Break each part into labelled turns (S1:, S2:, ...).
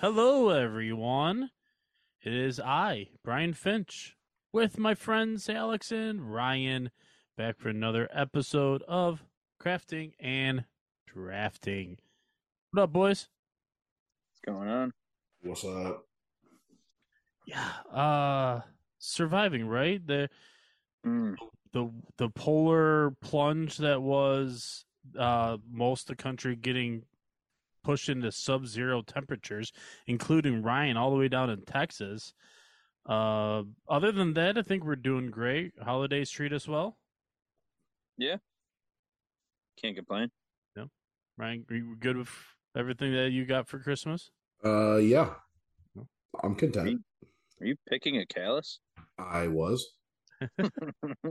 S1: Hello, everyone. It is I, Brian Finch, with my friends Alex and Ryan, back for another episode of Crafting and Drafting. What up, boys?
S2: What's going on?
S3: What's up?
S1: Yeah, uh, surviving, right? The
S3: Hmm.
S2: Mm,
S1: the the polar plunge that was uh, most of the country getting pushed into sub zero temperatures, including Ryan all the way down in Texas. Uh, other than that, I think we're doing great. Holidays treat us well.
S2: can't complain.
S1: Ryan, are you good with everything that you got for Christmas?
S3: Uh, yeah, I'm content.
S2: Are you picking a callus?
S3: I was I'm a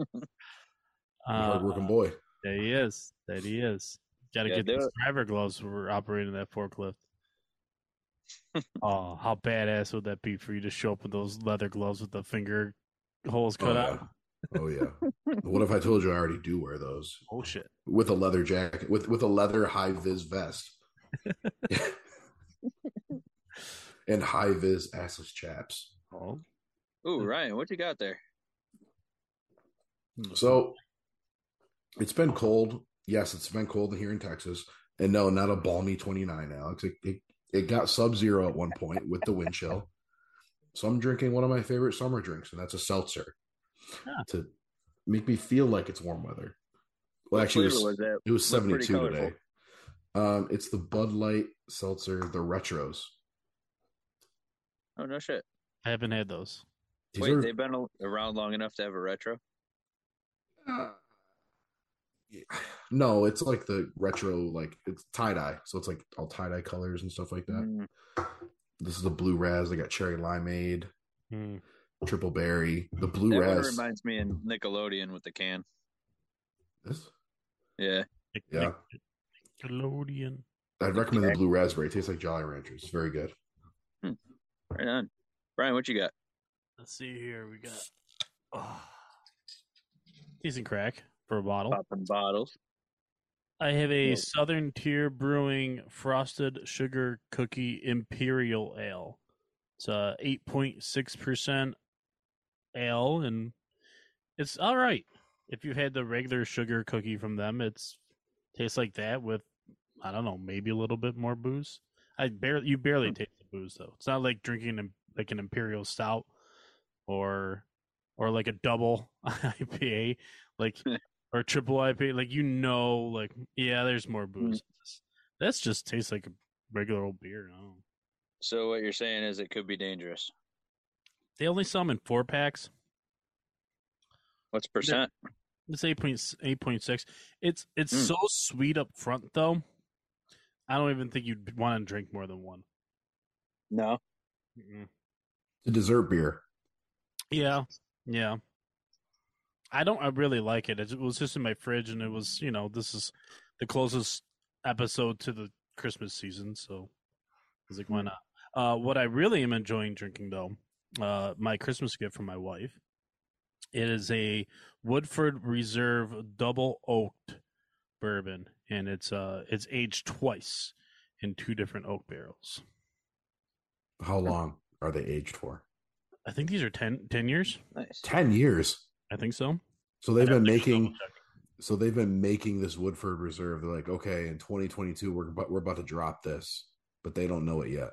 S1: Uh,
S3: hardworking boy.
S1: There he is. There he is. Got to
S2: Yeah,
S1: get
S2: do
S1: those
S2: it.
S1: driver gloves. When we're operating that forklift. oh, how badass would that be for you to show up with those leather gloves with the finger holes
S3: Oh
S1: cut out?
S3: yeah. oh yeah. What if I told you I already do wear those
S1: Oh shit!
S3: with a leather jacket with with a leather high vis vest and high vis assless chaps?
S1: Oh,
S2: Ooh, Ryan, what you got there?
S3: So it's been cold. Yes, it's been cold here in Texas, and no, not a balmy 29, Alex. It it, it got sub zero at one point with the wind chill. So I'm drinking one of my favorite summer drinks, and that's a seltzer
S1: Ah.
S3: to make me feel like it's warm weather. Well,
S2: What
S3: actually, it
S2: flavor was
S3: was,
S2: that?
S3: it was
S2: Looked
S3: 72
S2: pretty
S3: today. Um, it's the Bud Light seltzer, the retros.
S2: Oh no shit!
S1: I haven't had those.
S3: These
S2: Wait,
S3: are-
S2: they've been al- around long enough to have a retro.
S3: no, it's like the retro, like it's tie dye, so it's like all tie dye colors and stuff like that.
S2: Mm,
S3: This is the blue raz. They got cherry limeade,
S1: Hmm.
S3: triple berry. The blue
S2: that one
S3: raz.
S2: reminds me of Nickelodeon with the can.
S3: This?
S2: Yeah,
S1: Nic-
S3: Yeah.
S1: Nic- Nickelodeon.
S3: I'd recommend the blue raspberry. It tastes like Jolly Ranchers. It's very good.
S2: right on. Brian, what you got?
S1: Let's see here. We got oh. decent crack for a
S3: Oh.
S1: bottle.
S2: Popping bottles.
S1: I have a
S2: Yeah.
S1: Southern Tier Brewing Frosted Sugar Cookie Imperial Ale. It's a eight point six percent ale, and it's all right. If you've had the regular sugar cookie from them, it's tastes like that with I don't know, maybe a little bit more booze. I barely you barely taste the booze though. It's not like drinking an, like an imperial stout or or like a double IPA, like or triple IPA. Like you know, like yeah, there's more booze. That's just tastes like a regular old beer. I don't know.
S2: So what you're saying is it could be dangerous.
S1: They only sell them in four packs.
S2: What's percent?
S1: It's eight point eight point six. It's it's
S2: Mm.
S1: so sweet up front though. I don't even think you'd want to drink more than one.
S2: No.
S3: The dessert beer.
S1: Yeah, yeah. I don't. I really like it. It was just in my fridge, and it was you know this is the closest episode to the Christmas season, so I was like,
S3: Hmm.
S1: why not? Uh, what I really am enjoying drinking though, uh, my Christmas gift from my wife. It is a Woodford Reserve double oaked bourbon, and it's uh it's aged twice in two different oak barrels.
S3: How
S2: Mm-hmm.
S3: long are they aged for?
S1: I think these are 10, 10 years.
S2: Nice.
S3: Ten years.
S1: I think so.
S3: So they've
S1: I'd have
S3: been
S1: to
S3: making.
S1: double-check.
S3: So they've been making this Woodford Reserve. They're like, okay, in 2022, we're about, we're about to drop this, but they don't know it yet.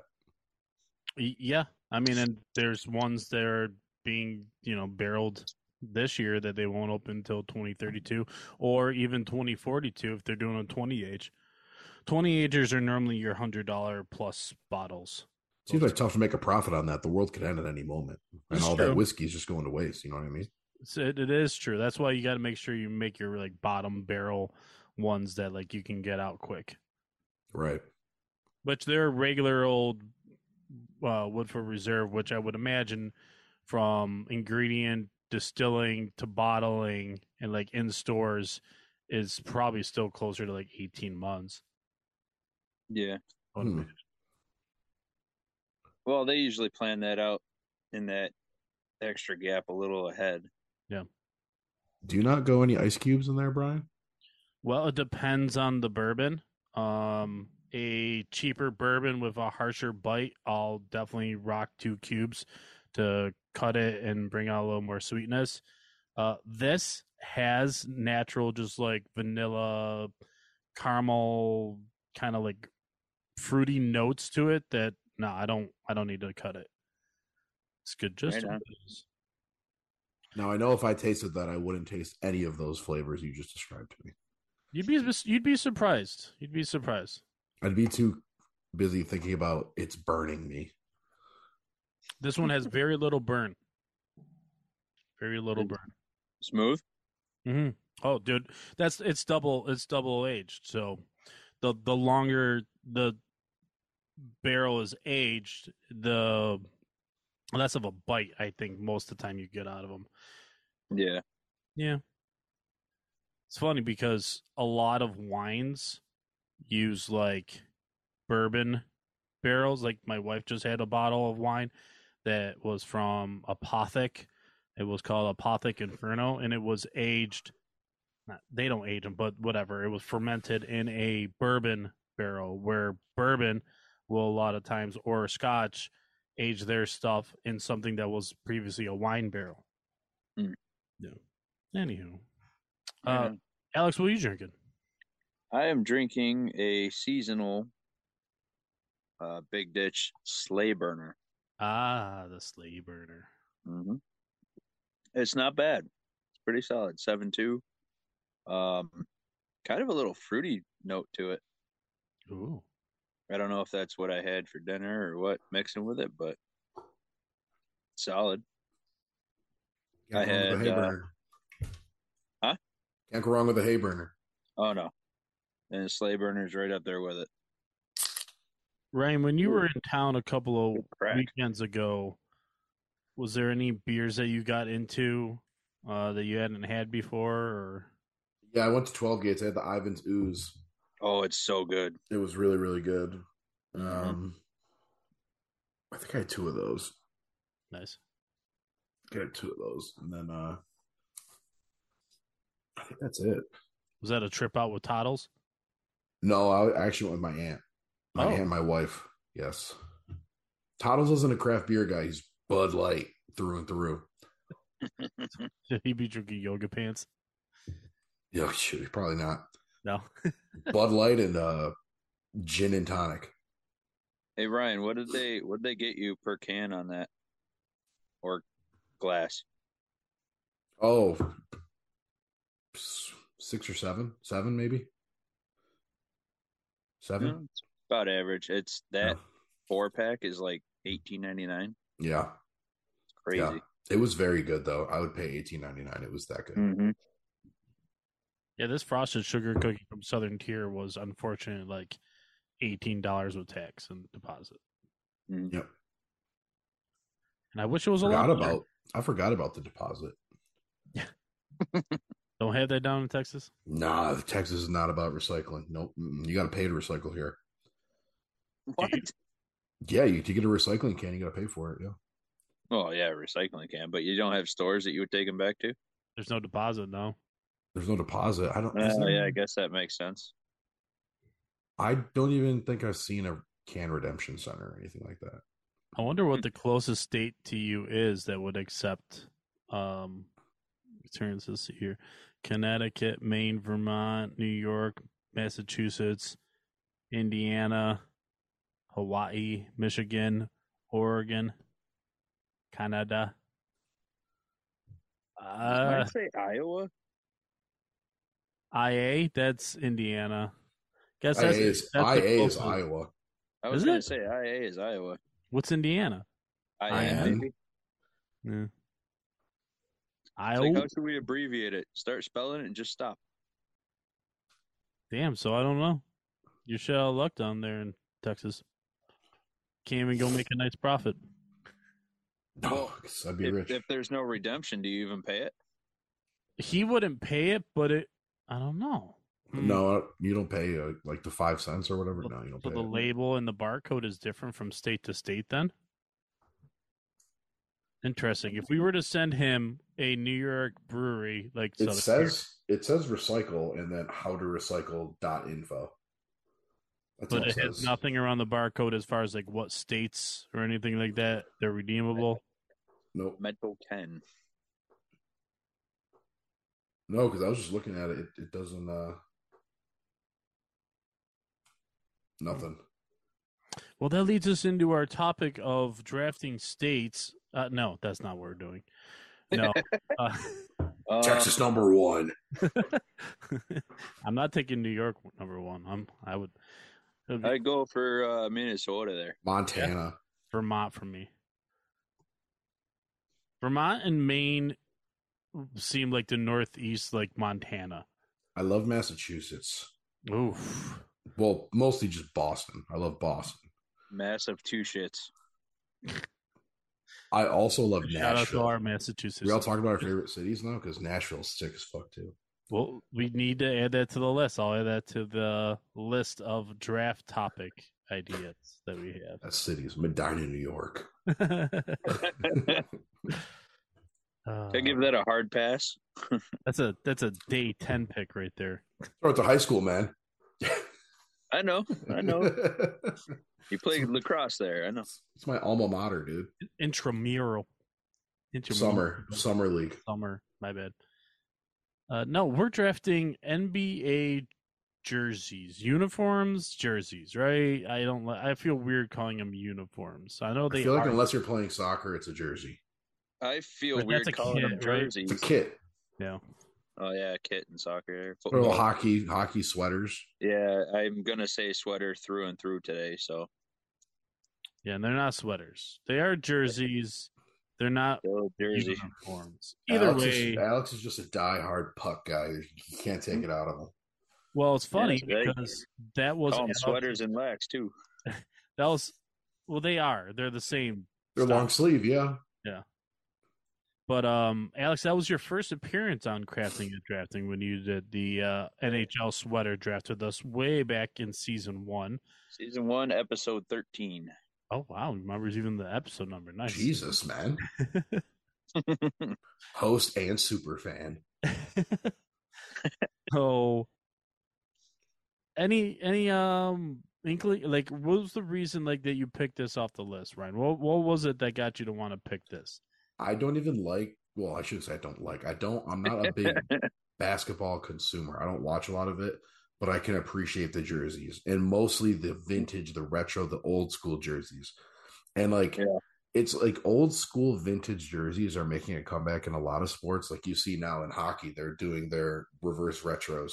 S1: Y- Yeah, I mean, and there's ones that are being you know barreled this year that they won't open until 2032 or even 2042 if they're doing a 20 age. 20 agers are normally your hundred dollar plus bottles,
S3: Seems like tough to make a profit on that. The world could end at any moment, and
S1: It's
S3: all
S1: true.
S3: that whiskey is just going to waste. You know what I mean?
S1: It's- It, it is true. That's why you got to make sure you make your like bottom barrel ones that like you can get out quick.
S3: Right.
S1: Which they're regular old uh, Woodford Reserve, which I would imagine from ingredient distilling to bottling and like in stores is probably still closer to like eighteen months.
S2: Yeah.
S1: I would
S3: Hmm.
S1: imagine.
S2: Well, they usually plan that out in that extra gap a little ahead.
S3: Do you not go any ice cubes in there, Brian?
S1: Well, it depends on the bourbon. Um, a cheaper bourbon with a harsher bite, I'll definitely rock two cubes to cut it and bring out a little more sweetness. Uh, this has natural, just like vanilla, caramel, kind of like fruity notes to it. That no, I don't. I don't need to cut it. It's good, just
S2: Right
S1: as
S2: on.
S1: it is.
S3: Now I know if I tasted that, I wouldn't taste any of those flavors you just described to me.
S1: you'd be you'd be surprised. You'd be surprised.
S3: I'd be too busy thinking about it's burning me.
S1: This one has very little burn. Very little
S2: Good.
S1: burn.
S2: Smooth.
S1: Mm-hmm. Oh, dude, that's it's double it's double aged. So the the longer the barrel is aged, the less of a bite I think most of the time you get out of them.
S2: Yeah.
S1: It's funny because a lot of wines use like bourbon barrels. Like my wife just had a bottle of wine that was from Apothic. It was called Apothic Inferno, and it was aged. Not, they don't age them, but whatever. It was fermented in a bourbon barrel, where bourbon will a lot of times or Scotch age their stuff in something that was previously a wine barrel.
S2: Mm.
S1: Yeah. Anywho, uh,
S3: Um,
S1: Alex, what are you drinking?
S2: I am drinking a seasonal uh, Big Ditch Sleigh Burner.
S1: Ah, the sleigh burner.
S2: hmm It's not bad. It's pretty solid. Seven two. Um, kind of a little fruity note to it.
S1: Ooh.
S2: I don't know if that's what I had for dinner or what mixing with it, but solid. I
S3: go wrong with
S2: had,
S3: the hay
S2: uh,
S3: burner.
S2: huh?
S3: Can't go wrong with a hay burner.
S2: Oh no, and the sleigh burner's right up there with it.
S1: Ryan, when you were in town a couple of
S2: Good crack.
S1: weekends ago, was there any beers that you got into uh, that you hadn't had before? Or
S3: Yeah, I went to Twelve Gates. I had the Ivan's Ooze.
S2: Oh, it's so good.
S3: It was really, really good.
S2: Mhm.
S3: Um, I think I had two of those.
S1: nice.
S3: I had two of those, and then uh, I think that's it.
S1: Was that a trip out with Toddles?
S3: No, I actually went with my aunt. My
S1: Oh.
S3: aunt, and my wife. Yes. Toddles isn't a craft beer guy. He's Bud Light through and through.
S1: Did he be drinking yoga pants?
S3: Yeah, shoot, probably not.
S1: No.
S3: Bud Light and uh, gin and tonic.
S2: Hey Ryan, what did they what did they get you per can on that or glass?
S3: Oh, s- six or seven, seven maybe. Seven.
S2: Mm, it's about average. It's that
S3: Oh,
S2: four pack is like eighteen ninety nine.
S3: yeah,
S2: Crazy.
S3: yeah. It was very good though. I would pay eighteen ninety nine. It was that
S1: Mm.
S3: good.
S2: Mm-hmm.
S1: Yeah, this frosted sugar cookie from Southern Tier was unfortunately like $18 with tax and deposit.
S2: Mm.
S3: Yep.
S1: And I wish it was a lot.
S3: Forgot
S1: better.
S3: about. I forgot about the deposit.
S1: Don't have that down in Texas?
S3: Nah, Texas is not about recycling. Nope. Mm-mm. You got to pay to recycle here.
S2: What?
S3: Yeah, you to get a recycling can, you got to pay for it. Yeah.
S2: Well, yeah, recycling can, but you don't have stores that you would take them back to.
S1: There's no deposit, no.
S3: There's no deposit. I don't.
S2: Uh,
S3: is there-
S2: yeah, I guess that makes sense.
S3: I don't even think I've seen a can redemption center or anything like that.
S1: I wonder what the closest state to you is that would accept um returns this year. Connecticut, Maine, Vermont, New York, Massachusetts, Indiana, Hawaii, Michigan, Oregon, Canada. Uh,
S2: say Iowa.
S1: IA, that's Indiana. Guess
S3: IA
S1: that's,
S3: is,
S1: that's the
S3: IA is
S1: closest.
S3: Iowa.
S2: I was
S1: Is
S2: going
S1: it?
S2: to say IA is Iowa.
S1: What's Indiana?
S2: I
S3: Ian.
S2: am. baby.
S1: Yeah.
S2: It's like,
S1: Iowa.
S2: how should we abbreviate it? Start spelling it and just stop.
S1: Damn. So I don't know. You're shit out of luck down there in Texas. Can't even go make a nice profit.
S2: Well,
S3: Because I'd be
S2: If,
S3: rich.
S2: if there's no redemption, do you even pay it?
S1: He wouldn't pay it, but it. I don't know. Hmm.
S3: no, you don't pay uh, like the five cents or whatever. No, you don't
S1: So
S3: pay.
S1: the
S3: it.
S1: label and the barcode is different from state to state then? Interesting. If we were to send him a New York brewery like
S3: it
S1: Southern
S3: says it says recycle and then how to recycle dot info. That's
S1: Beer,
S3: all
S1: but
S3: it
S1: it has
S3: says.
S1: nothing around the barcode as far as like what states or anything like that they're redeemable.
S3: Nope.
S2: Metal 10.
S3: No, because I was just looking at it. It, it doesn't. uh Nothing.
S1: Well, that leads us into our topic of drafting states. Uh, no, that's not what we're doing. No. uh,
S2: Uh,
S3: Texas number one.
S1: I'm not taking New York number 1. I'm I would it would be
S2: I'd go for uh, Minnesota there.
S3: Montana.
S1: Vermont for me. Vermont and Maine seem like the Northeast, like Montana.
S3: I love Massachusetts.
S1: Oof.
S3: Well, mostly just Boston. I love Boston.
S2: Massive two shits.
S3: I also love
S1: Shout out to
S3: Nashville.
S1: our
S3: we all
S1: Massachusetts.
S3: talk about our favorite cities now because Nashville's sick as fuck too.
S1: Well, we need to add that to the list. I'll add that to the list of draft topic ideas that we
S3: That city's Medina, New York.
S1: have.
S3: Uh-huh.
S2: I give that a hard pass.
S1: that's a that's a day ten pick right there.
S3: Throw it to high school, man.
S2: I know. I know.
S3: it's
S2: You played lacrosse there. I know.
S3: my alma mater, dude.
S1: Intramural. Intramural.
S3: Summer, summer league.
S1: summer. My bad. Uh, no, we're drafting NBA jerseys, uniforms, jerseys, right? I don't. Li- I feel weird calling them uniforms. I know
S3: I
S1: they
S3: feel like
S1: are.
S3: unless you're playing soccer, it's a jersey.
S2: I feel
S1: But that's a
S2: weird calling
S1: kid,
S2: them
S1: right?
S2: jerseys.
S3: It's a kit.
S1: no.
S2: Oh yeah, kit and soccer.
S3: They're little
S2: Football.
S3: hockey, hockey sweaters.
S2: Yeah, I'm gonna say sweater through and through today. So
S1: Yeah, and they're not sweaters. They are jerseys. They're not
S2: go jersey.
S1: uniforms. Either
S3: Alex
S1: way,
S3: is, Alex is just a diehard puck guy. You can't take it out of him.
S1: well, it's funny
S2: Yeah, it's right.
S1: because that was
S2: Call them
S1: Alex-
S2: sweaters and lax too.
S1: That was well, they are. They're the same.
S3: They're
S1: Stop.
S3: long sleeve, yeah.
S1: But um, Alex, that was your first appearance on crafting and drafting when you did the uh, NHL sweater draft with us way back in season one.
S2: Season one, episode thirteen.
S1: Oh wow, remembers even the episode number. Nice.
S3: Jesus, man. Host and super fan.
S1: so, any any um inkling like what was the reason like that you picked this off the list, Ryan? What what was it that got you to want to pick this?
S3: I don't even like. Well, I shouldn't say I don't like. I don't. I'm not a big basketball consumer. I don't watch a lot of it, but I can appreciate the jerseys and mostly the vintage, the retro, the old school jerseys. And like,
S2: Yeah.
S3: it's like old school vintage jerseys are making a comeback in a lot of sports. Like you see now in hockey, they're doing their reverse retros.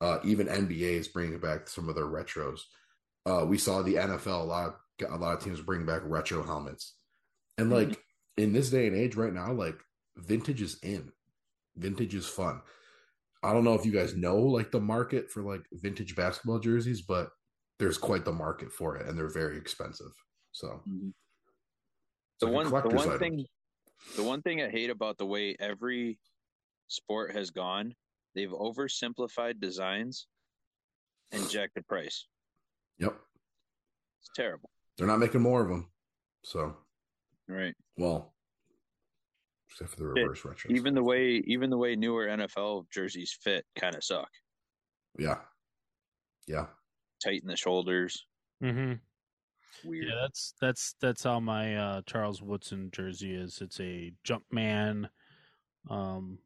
S3: Uh, even NBA is bringing back some of their retros. Uh, we saw the NFL a lot. Of, a lot of teams bring back retro helmets, and like in this day and age, right now, like vintage is in. Vintage is fun. I don't know if you guys know like the market for like vintage basketball jerseys, but there's quite the market for it, and they're very expensive. So
S2: The
S3: Mm-hmm. like a
S2: one, the
S3: collector's
S2: one
S3: item.
S2: thing, the one thing I hate about the way every sport has gone, they've oversimplified designs and jacked the price.
S3: Yep,
S2: It's terrible.
S3: they're not making more of them. So
S2: Right.
S3: well, except for the
S2: Yeah,
S3: reverse retro.
S2: Even the way, even the way newer NFL jerseys fit kind of suck.
S3: yeah, yeah.
S2: Tighten the shoulders.
S1: Mm-hmm.
S2: Weird.
S1: Yeah, that's that's that's how my uh, Charles Woodson jersey is. It's a Jumpman um,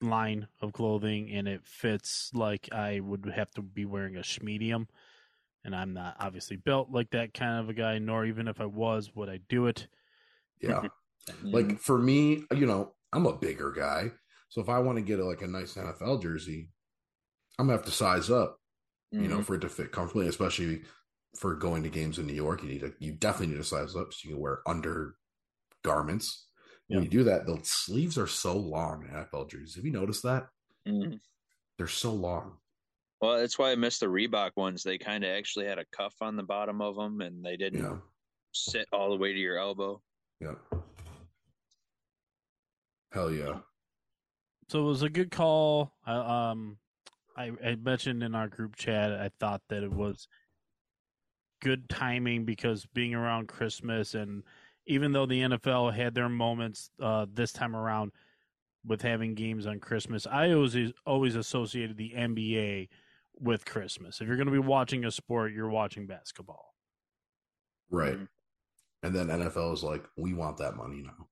S1: line of clothing, and it fits like I would have to be wearing a medium. And I'm not obviously built like that kind of a guy, nor even if I was, would I do it.
S3: Yeah.
S2: Mm-hmm.
S3: like for me, you know, I'm a bigger guy. So if I want to get a, like a nice
S2: Mm-hmm.
S3: NFL jersey, I'm gonna have to size up, you know, for it to fit comfortably, especially for going to games in New York, you need to you definitely need to size up so you can wear under garments. When
S1: Yeah.
S3: you do that, the sleeves are so long in NFL jerseys. Have you noticed that?
S2: Mhm.
S3: They're so long.
S2: Well, that's why I missed the Reebok ones. They kind of actually had a cuff on the bottom of them, and they didn't
S3: Yeah.
S2: sit all the way to your elbow.
S3: Yeah. Hell yeah.
S1: So it was a good call. I, um, I, I mentioned in our group chat, I thought that it was good timing because being around Christmas, and even though the NFL had their moments uh, this time around with having games on Christmas, I always always associated the NBA with Christmas. If you're going to be watching a sport, you're watching basketball.
S3: Right.
S2: Mhm.
S1: Mm-hmm.
S3: And then NFL is like, we want that money now.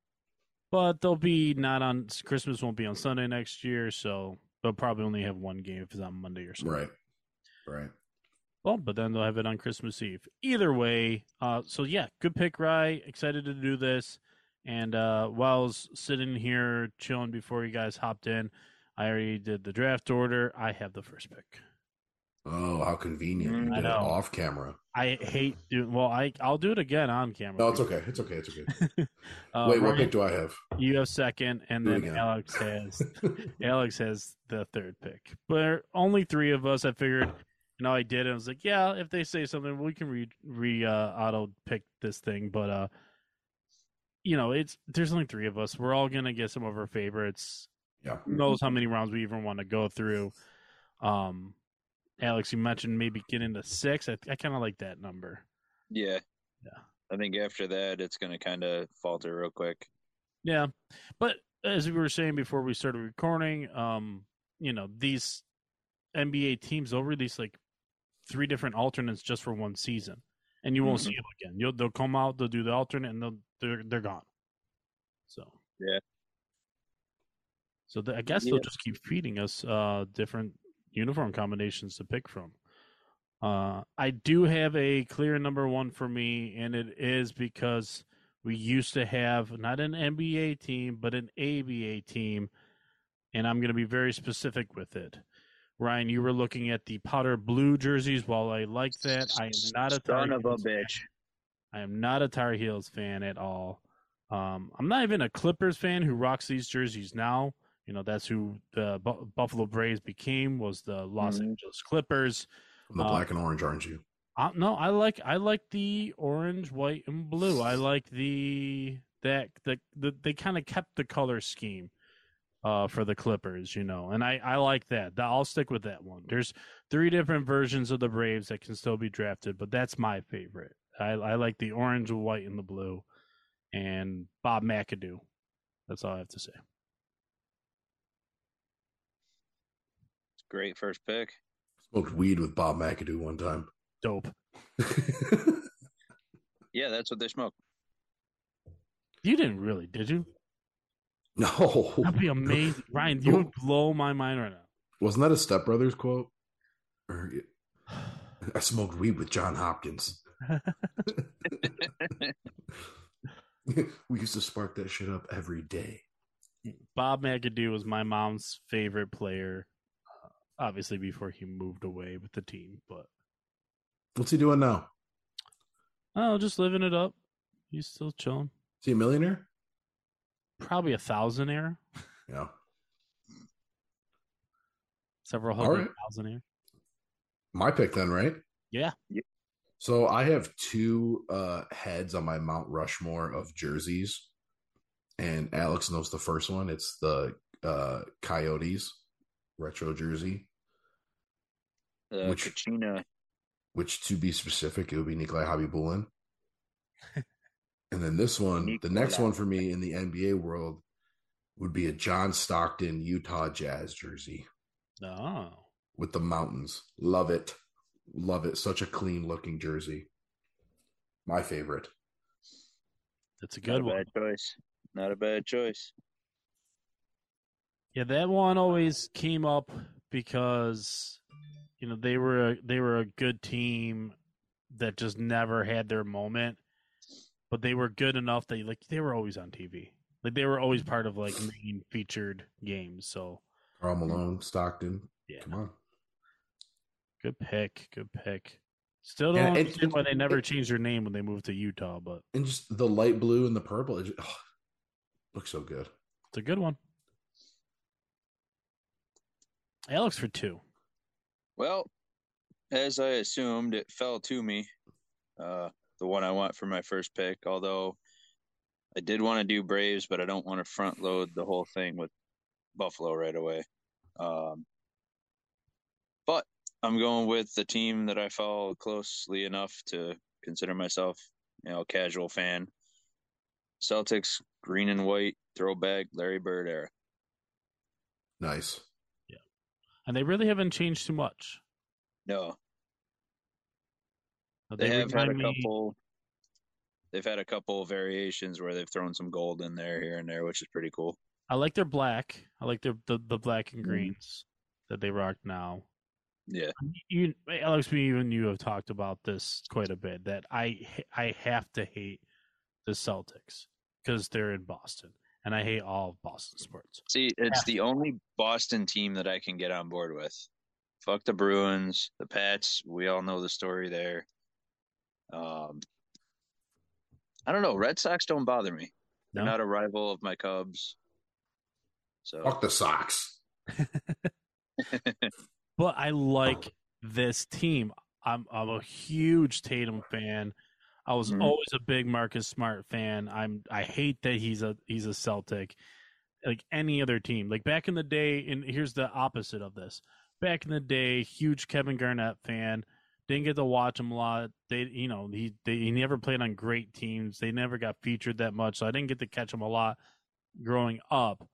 S1: But they'll be not on Christmas. Won't be on Sunday next year, so they'll probably only have one game if it's on Monday or something.
S3: Right. Right.
S1: Well, but then they'll have it on Christmas Eve. Either way, uh, so yeah, good pick, Rye. Excited to do this. And uh, while I was sitting here chilling before you guys hopped in, I already did the draft order. I have the first pick.
S3: Oh, how convenient.
S2: Mm,
S3: you
S1: I
S3: did it
S1: know.
S3: off camera.
S1: I hate doing well. I I'll do it again on camera.
S3: No, it's okay. It's okay. It's okay.
S1: Uh,
S3: Wait, what
S1: Ryan,
S3: pick do I have?
S1: you have second, and
S3: Do it
S1: then
S3: again.
S1: Alex has Alex has the third pick. But only three of us. I figured, and all I did, I was like, yeah, if they say something, we can re re uh, auto pick this thing. But uh, you know, it's there's only three of us. We're all gonna get some of our favorites.
S3: Yeah.
S1: Who knows how many rounds we even want to go through. Um, Alex, you mentioned maybe getting to six. I, I kind of like that number.
S2: Yeah.
S1: Yeah.
S2: I think after that, it's going to kind of falter real quick.
S1: Yeah. But as we were saying before we started recording, um, you know, these NBA teams they'll release like three different alternates just for one season. And you
S2: Mm-hmm.
S1: won't see them again. You'll they'll come out, they'll do the alternate and they'll they're they're gone. So
S2: Yeah.
S1: So the, I guess
S2: Yeah.
S1: they'll just keep feeding us uh different uniform combinations to pick from. Uh, I do have a clear number one for me, and it is because we used to have not an NBA team, but an ABA team, and I'm going to be very specific with it. Ryan, you were looking at the powder blue jerseys. While I like that, I am not a Tar
S2: Son of a
S1: Heels fan.
S2: bitch.
S1: I am not a Tar Heels fan at all. Um, I'm not even a Clippers fan who rocks these jerseys now. You know, that's who the Bu- Buffalo Braves became was the Los
S2: Mhm.
S1: Angeles Clippers.
S3: I'm the
S1: Uh,
S3: black and orange, aren't you?
S1: Uh, no, I like I like the orange, white, and blue. I like the that the, the they kind of kept the color scheme uh, for the Clippers, you know, and I I like that. Th- I'll stick with that one. There's three different versions of the Braves that can still be drafted, but that's my favorite. I I like the orange, the white, and the blue, and Bob McAdoo. That's all I have to say.
S2: Great first pick.
S3: Smoked weed with Bob McAdoo one time.
S1: Dope.
S2: Yeah, that's what they smoke.
S1: You didn't really, did you?
S3: no.
S1: That'd be amazing, Ryan. You would blow my mind right
S3: Wasn't that a Step Brothers quote? Or
S1: now.
S3: I smoked weed with John Hopkins. we used to spark that shit up every day.
S1: Bob McAdoo was my mom's favorite player, uh, obviously before he moved away with the team. But
S3: What's he doing now?
S1: oh, just living it up. He's still chilling.
S3: Is he a millionaire?
S1: Probably a thousandaire,
S3: Yeah.
S1: several
S3: All
S1: hundred
S3: right.
S1: thousandaire.
S3: My pick then, right?
S1: Yeah.
S2: Yep.
S3: So I have two uh heads on my Mount Rushmore of jerseys. And Alex knows the first one. It's the uh Coyotes retro jersey,
S2: The
S3: Which-
S2: Kachina.
S3: which to be specific, it would be Nikolai Habibulin. and then this one, the next
S2: Nikolai.
S3: one for me in the NBA world would be a John Stockton Utah Jazz jersey.
S1: Oh,
S3: with the mountains. Love it. Love it. Such a clean looking jersey. My favorite.
S1: that's a
S2: Not
S1: good
S2: a
S1: one.
S2: bad choice. Not a bad choice.
S1: Yeah, that one always came up because you know they were a, they were a good team that just never had their moment, but they were good enough. They like they were always on TV. Like they were always part of like main featured games. So
S3: Carl Malone, Stockton.
S1: yeah,
S3: Come on.
S1: good pick, good pick. Still don't
S3: And- and-
S1: understand why they never changed their name when they moved to Utah, but
S3: and just the light blue and the purple. It just, oh, looks so good.
S1: it's a good one. Alex for two.
S2: Well, as I assumed, it fell to me. Uh, the one I want for my first pick, although I did want to do Braves, but I don't want to front load the whole thing with Buffalo right away. Um, but I'm going with the team that I follow closely enough to consider myself, you know, a casual fan. Celtics, green and white, throwback, Larry Bird era.
S3: Nice.
S1: And they really haven't changed too much.
S2: No,
S1: But
S2: they, have had a
S1: Uh, remind me-
S2: couple they've had a couple variations where they've thrown some gold in there here and there which is pretty cool
S1: I like their black. I like their the, the black
S2: Mm-hmm.
S1: and greens that they rock now.
S2: yeah
S1: You, Alex, me, even you have talked about this quite a bit. That I h- I have to hate the Celtics because they're in Boston, and I hate all of Boston sports.
S2: see it's the only boston team that i can get on board with fuck the bruins the pats we all know the story there um i don't know red sox don't bother me they're
S1: No?
S2: not a rival of my cubs so
S3: Fuck the socks.
S1: But I like this team. I'm I'm a huge Tatum fan. I was
S2: Mhm.
S1: always a big Marcus Smart fan. I'm I hate that he's a he's a Celtic. Like any other team. Like back in the day, and here's the opposite of this. Back in the day, huge Kevin Garnett fan. Didn't get to watch him a lot. They you know, he they, he never played on great teams. They never got featured that much, so I didn't get to catch him a lot growing up.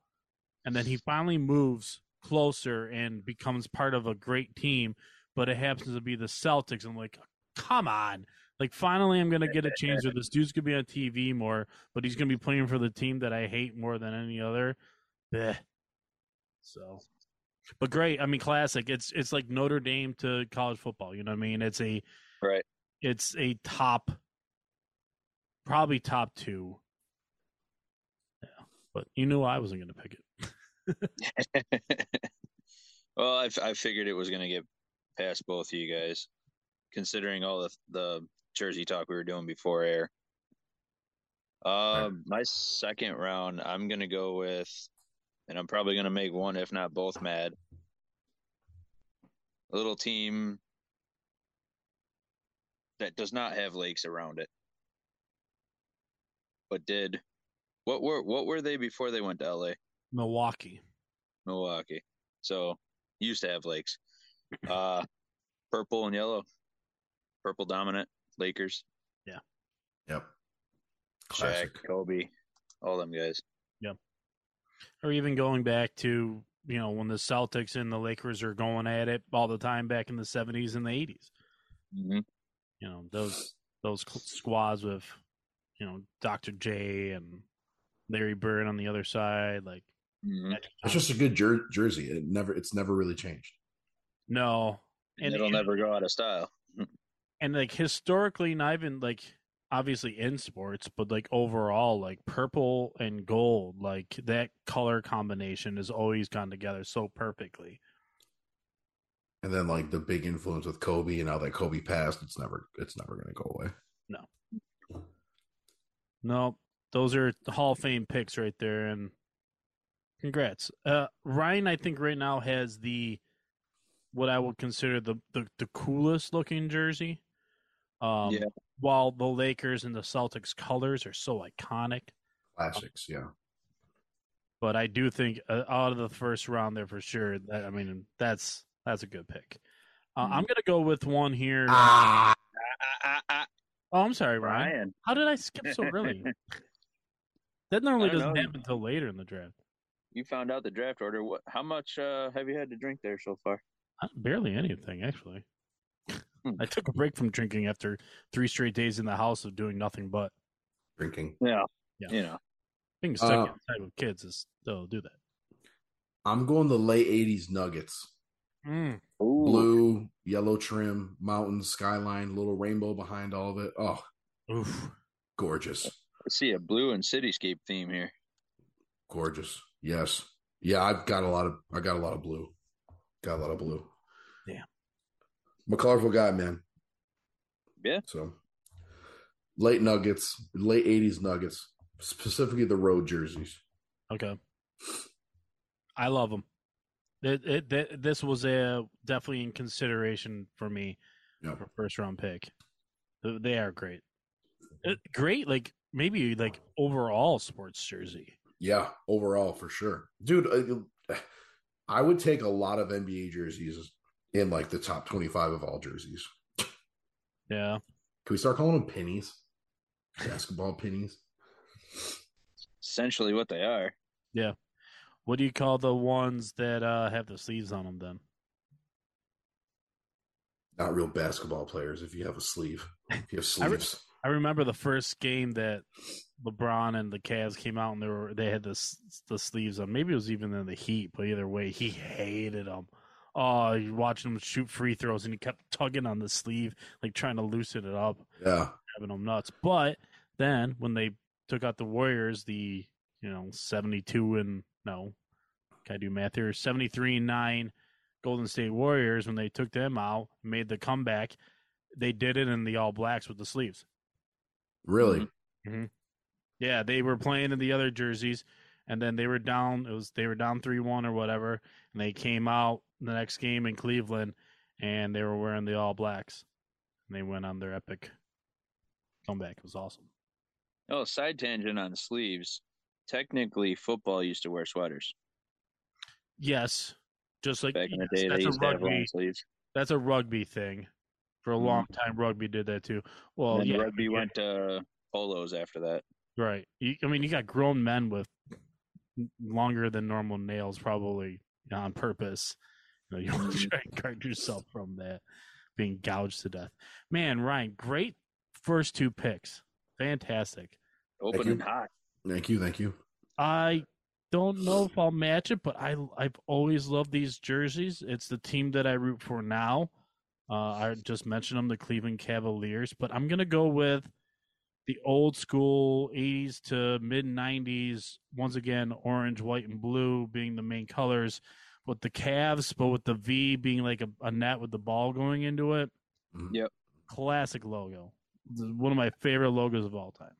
S1: And then he finally moves closer and becomes part of a great team, but it happens to be the Celtics. I'm like, come on. Like, finally, I'm going to get a chance where this dude's going to be on TV more, but he's going to be playing for the team that I hate more than any other. Bleh. So, but great. I mean, classic. It's it's like Notre Dame to college football. You know what I mean? It's a
S2: Right.
S1: It's a top, probably top two. Yeah, but you knew I wasn't going to pick it.
S2: well, I, f- I figured it was going to get past both of you guys, considering all the the Jersey talk we were doing before air. Um, my second round, I'm going to go with, and I'm probably going to make one, if not both, mad. A little team that does not have lakes around it, but did. What were what were they before they went to LA?
S1: Milwaukee.
S2: Milwaukee. So used to have lakes. Uh purple and yellow. Purple dominant Lakers.
S3: Yep.
S2: Shaq,
S3: Classic.
S2: Kobe, all them guys.
S1: or even going back to you know when the Celtics and the Lakers are going at it all the time back in the seventies and the eighties.
S2: hmm
S1: You know those those cl- squads with you know Dr. J and Larry Bird on the other side. Like
S2: hmm
S3: Mm. It's just a good jer- jersey. It never. It's never really changed.
S1: no,
S2: And it'll never go out of style.
S1: and like historically not even like obviously in sports but like overall like purple and gold like that color combination has always gone together so perfectly
S3: And then like the big influence with Kobe and now that Kobe passed, it's never. It's never going to go away.
S1: No, those are Hall of Fame picks right there, and congrats, uh, Ryan. I think right now has the what I would consider the the, the coolest looking jersey. Um,
S2: Yeah.
S1: While the Lakers and the Celtics colors are so iconic,
S3: Classics. Yeah.
S1: but I do think uh, out of the first round there for sure. That I mean, that's that's a good pick. Uh,
S2: Mm-hmm.
S1: I'm gonna go with one here.
S3: Ah.
S2: Ah, ah, ah,
S1: oh, I'm sorry, Ryan.
S2: Ryan.
S1: How did I skip so early? that normally
S2: I don't
S1: doesn't
S2: know.
S1: happen until later in the draft.
S2: You found out the draft order. What how much uh, have you had to drink there so far?
S1: Uh, Barely anything, actually.
S2: Hmm.
S1: I took a break from drinking after three straight days in the house of doing nothing but
S3: Drinking.
S2: Yeah.
S1: Yeah.
S2: You know.
S1: being stuck
S3: Uh,
S1: inside with kids is they'll do that.
S3: I'm going the late '80s Nuggets.
S2: Ooh.
S3: Blue, yellow trim, mountains, skyline, little rainbow behind all of it. Oh,
S1: Oof.
S3: gorgeous.
S2: I see a blue and cityscape theme here.
S3: Gorgeous. Yes. Yeah, I've got a lot of I got a lot of blue. Got a lot of blue.
S1: Damn.
S3: I'm a colorful guy, man.
S2: Yeah.
S3: So late Nuggets, late '80s Nuggets, specifically the road jerseys.
S1: Okay. I love them. It, it, th- this was a definitely in consideration for me
S3: Yep.
S1: for first round pick. Th- They are great. Uh, Great, like maybe like overall sports jersey.
S3: Yeah, overall for sure, dude. I, I would take a lot of NBA jerseys in like the top 25 of all jerseys.
S1: Yeah,
S3: Can we start calling them pennies? Basketball pennies.
S2: Essentially, what they are.
S1: What do you call the ones that uh, have the sleeves on them? Then
S3: Not real basketball players. If you have a sleeve, if you have
S1: I re-
S3: sleeves.
S1: I remember the first game that LeBron and the Cavs came out and they were they had the s- the sleeves on. Maybe it was even in the Heat, but either way, he hated them. Oh, you watching him shoot free throws and he kept tugging on the sleeve, like trying to loosen it up,
S3: yeah,
S1: having him nuts. But then when they took out the Warriors, the you know seventy two and no, can I do math here? Seventy three and nine Golden State Warriors when they took them out, made the comeback. They did it in the All Blacks with the sleeves.
S3: really.
S1: Yeah, they were playing in the other jerseys, and then they were down. It was they were down three one or whatever, and they came out the next game in Cleveland, and they were wearing the All Blacks, and they went on their epic comeback. It was awesome.
S2: Oh, side tangent on sleeves. Technically, football used to wear sweaters
S1: Yes, just like
S2: back in the
S1: yes,
S2: day. They
S1: that's
S2: used
S1: a
S2: to have
S1: rugby.
S2: long sleeves.
S1: That's a rugby thing. For a
S2: Mhm.
S1: long time, rugby did that too. Well,
S2: and then
S1: Oh, yeah,
S2: rugby
S1: you
S2: went to polos after that.
S1: got- right. You, I mean, you got grown men with longer than normal nails, probably on purpose. You, know, you want to
S2: Mhm.
S1: try and guard yourself from that being gouged to death. Man, Ryan, great first two picks. Fantastic.
S2: Open
S3: you.
S2: and hot.
S1: Mm-hmm.
S3: Thank you, thank you.
S1: I don't know if I'll match it, but I I've always loved these jerseys. It's the team that I root for now. Uh, I just mentioned them, the Cleveland Cavaliers, but I'm gonna go with the old school 80s to mid 90s. Once again, orange, white, and blue being the main colors. With the Cavs, but with the V being like a, a net with the ball going into it.
S3: Mhm.
S2: Yep.
S1: Classic logo. This is One of my favorite logos of all time.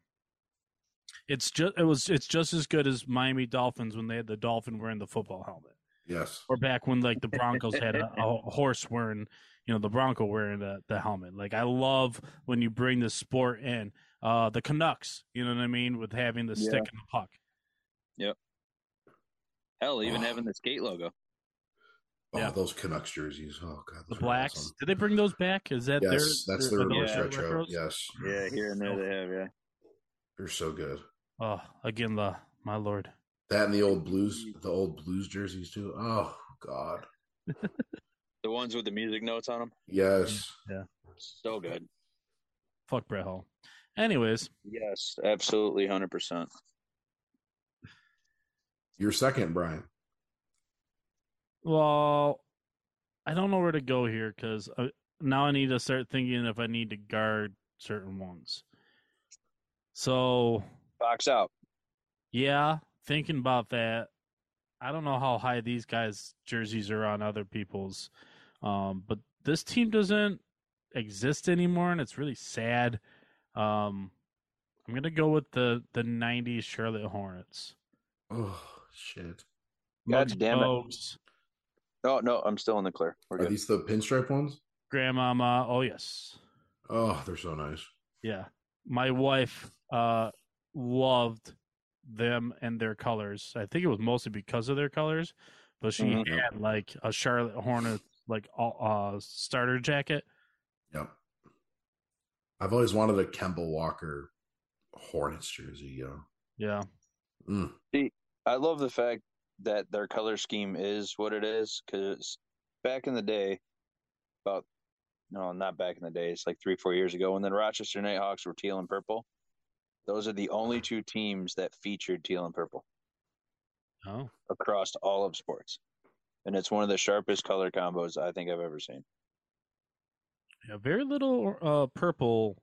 S1: It's just it was it's just as good as Miami Dolphins when they had the dolphin wearing the football helmet,
S3: Yes.
S1: or back when like the Broncos had a, a horse wearing, you know, the Bronco wearing the, the helmet. Like I love when you bring the sport in, uh, the Canucks. You know what I mean with having the stick and the puck.
S2: Hell, even
S3: Oh.
S2: having the skate logo.
S3: Oh,
S1: Yeah.
S3: those Canucks jerseys. Oh god,
S1: The
S3: those are
S1: Blacks.
S3: awesome.
S1: Did they bring those back? Is that their?
S3: Yes, that's
S1: their-
S3: the
S1: are those
S3: reverse
S1: their retros?
S3: retro. Yes,
S2: Yeah, here and there they have. Yeah,
S3: they're so good.
S1: Oh, again, the my lord.
S3: That and the old blues, the old blues jerseys too. Oh god,
S2: the ones with the music notes on them.
S3: yes.
S2: So good.
S1: Fuck Brett Hall. Anyways,
S2: Yes, absolutely, hundred percent.
S3: Your second, Brian.
S1: well, I don't know where to go here because now I need to start thinking if I need to guard certain ones. So,
S2: Box out.
S1: yeah, thinking about that, I don't know how high these guys' jerseys are on other people's, um, but this team doesn't exist anymore, and it's really sad. Um, I'm gonna go with the the '90s Charlotte Hornets.
S3: Oh shit,
S2: God
S1: Muggsy
S2: damn it.
S1: Bogues,
S2: No, Oh, no, I'm still in the clear. We're
S3: are
S2: good.
S3: these the pinstripe ones?
S1: grandmama. Oh yes,
S3: Oh, they're so nice.
S1: yeah. My wife uh loved them and their colors. I think it was mostly because of their colors, but she
S3: Mm-hmm.
S2: Mhm.
S1: had like a Charlotte Hornet like all- uh starter jacket.
S3: Yep. I've always wanted a Kemba Walker Hornets jersey. You know,
S1: Yeah,
S3: Mm,
S2: I love the fact that their color scheme is what it is because back in the day, about no, not back in the day, it's like three, four years ago, when the Rochester Nighthawks were teal and purple. Those are the only two teams that featured teal and purple
S1: oh
S2: across all of sports. And it's one of the sharpest color combos I think I've ever seen.
S1: yeah. Very little uh purple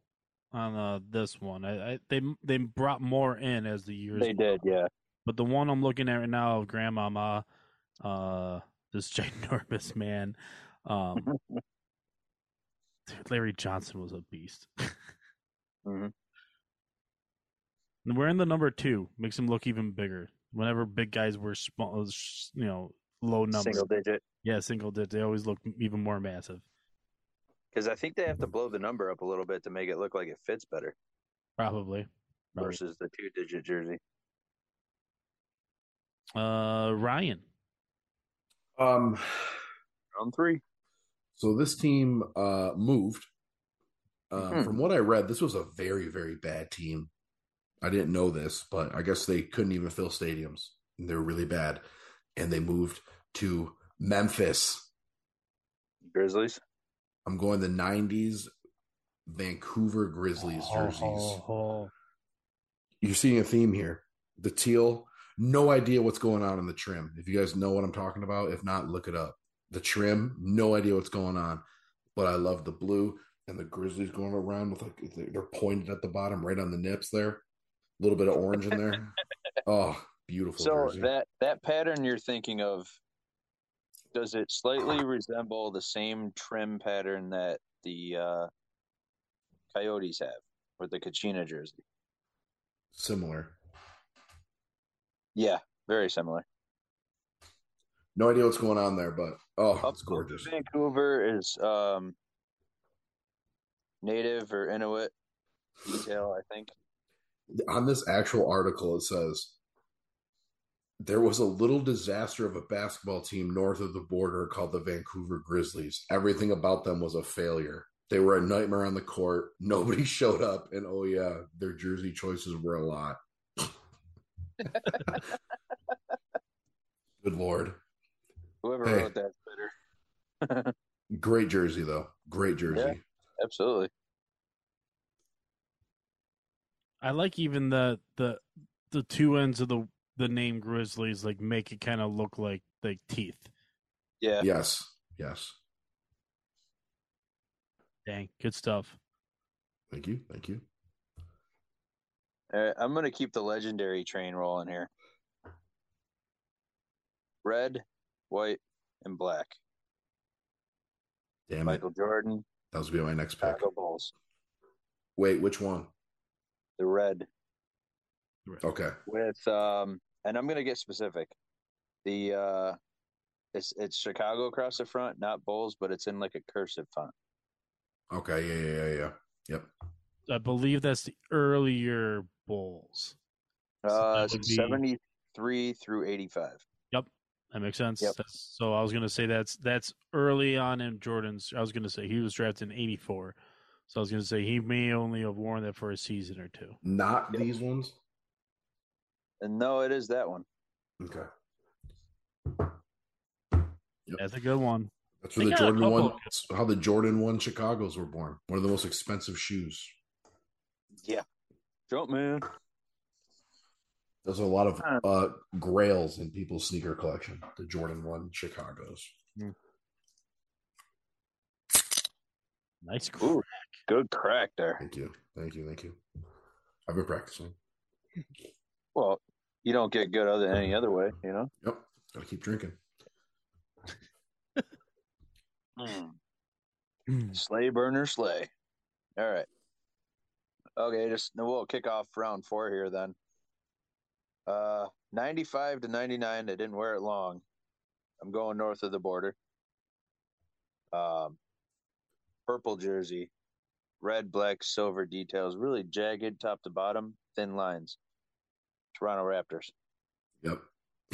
S1: on uh, this one. I, I they they brought more in as the years.
S2: They
S1: went
S2: did, yeah.
S1: But the one I'm looking at right now of Grandmama, uh, this ginormous man, um, Dude, Larry Johnson was a beast.
S2: Mhm.
S1: And Wearing the number two makes him look even bigger. Whenever big guys were small, you know, low numbers.
S2: Single digit.
S1: Yeah, single digit. They always look even more massive.
S2: Because I think they have to blow the number up a little bit to make it look like it fits better
S1: Probably. Probably.
S2: versus the two digit jersey.
S1: Uh, Ryan.
S3: Um,
S2: Round three.
S3: so this team uh, moved. Uh,
S2: Hmm.
S3: From what I read, this was a very, very bad team. I didn't know this, but I guess they couldn't even fill stadiums. They're really bad, and they moved to Memphis.
S2: Grizzlies.
S3: I'm going the '90s Vancouver Grizzlies jerseys.
S1: Oh, oh, oh.
S3: You're seeing a theme here. The teal. No idea what's going on in the trim. If you guys know what I'm talking about, if not, look it up. The trim. No idea what's going on, but I love the blue and the Grizzlies going around with like they're pointed at the bottom, right on the nips there. A little bit of orange in there. oh, beautiful.
S2: So
S3: jersey.
S2: that that pattern you're thinking of, does it slightly resemble the same trim pattern that the uh, Coyotes have with the Kachina jersey?
S3: similar.
S2: Yeah, very similar.
S3: No idea what's going on there, but oh,
S2: Up
S3: it's gorgeous.
S2: Vancouver is um, native or Inuit detail, I think.
S3: on this actual article, it says there was a little disaster of a basketball team north of the border called the Vancouver Grizzlies. Everything about them was a failure. They were a nightmare on the court. Nobody showed up, and oh yeah, their jersey choices were a lot. Good lord,
S2: Whoever
S3: Hey.
S2: wrote that's better.
S3: great jersey though. Great jersey.
S2: Yeah. Absolutely.
S1: I like even the the the two ends of the the name Grizzlies like make it kind of look like like teeth.
S2: Yeah.
S3: Yes, yes.
S1: Dang, good stuff.
S3: Thank you, thank you.
S2: All right, I'm going to keep the legendary train rolling here. Red, white, and black.
S3: Damn it,
S2: Michael Jordan,
S3: that was gonna be my next pick.
S2: Chicago Bulls.
S3: Wait, which one?
S2: The red
S3: Okay,
S2: with um, and I'm going to get specific. The uh, it's it's Chicago across the front, not Bulls, but it's in like a cursive font.
S3: okay, yeah, yeah, yeah, yeah. Yep.
S1: I believe that's the earlier Bulls. So
S2: Uh,
S1: that would be-
S2: 73 through 85.
S1: That makes sense.
S2: Yep.
S1: That's- so I was gonna say that's that's early on in Jordan's. I was gonna say he was drafted in '84, so I was gonna say he may only have worn that for a season or two.
S3: Not
S2: Yep.
S3: these ones.
S2: And no, it is that one.
S3: Okay.
S1: That's a good one.
S3: That's where
S1: They
S3: the
S1: got a
S3: Jordan
S1: couple
S3: one,
S1: of
S3: how the Jordan one Chicago's were born. One of the most expensive shoes.
S2: Yeah. Jump man.
S3: There's a lot of
S2: Huh.
S3: uh, grails in people's sneaker collection. The Jordan one Chicago's.
S1: Nice.
S2: Ooh, good crack there.
S3: Thank you, thank you, thank you. I've been practicing.
S2: Well, you don't get good other than any other way, you know?
S3: Yep, gotta keep drinking.
S2: Hmm. Slay burner slay. All right. Okay, just we'll kick off round four here then. Uh, ninety-five to ninety-nine. I didn't wear it long. I'm going north of the border. Um, purple jersey, red, black, silver details, really jagged top to bottom, thin lines. Toronto Raptors.
S3: Yep.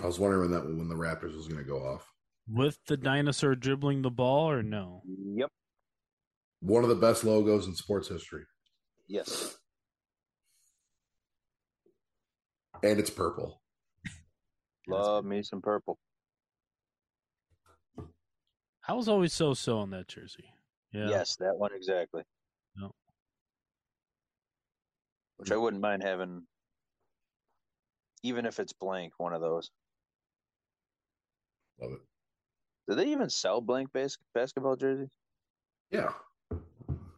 S3: I was wondering when that when the Raptors was gonna go off.
S1: With the dinosaur dribbling the ball or no?
S2: Yep.
S3: One of the best logos in sports history,
S2: Yes.
S3: and it's purple.
S2: Love me some purple.
S1: I was always so so in that jersey. Yeah.
S2: Yes, that one exactly.
S1: No.
S2: Which I wouldn't mind having, even if it's blank, one of those.
S3: Love it.
S2: Do they even sell blank bas- basketball jerseys?
S3: Yeah,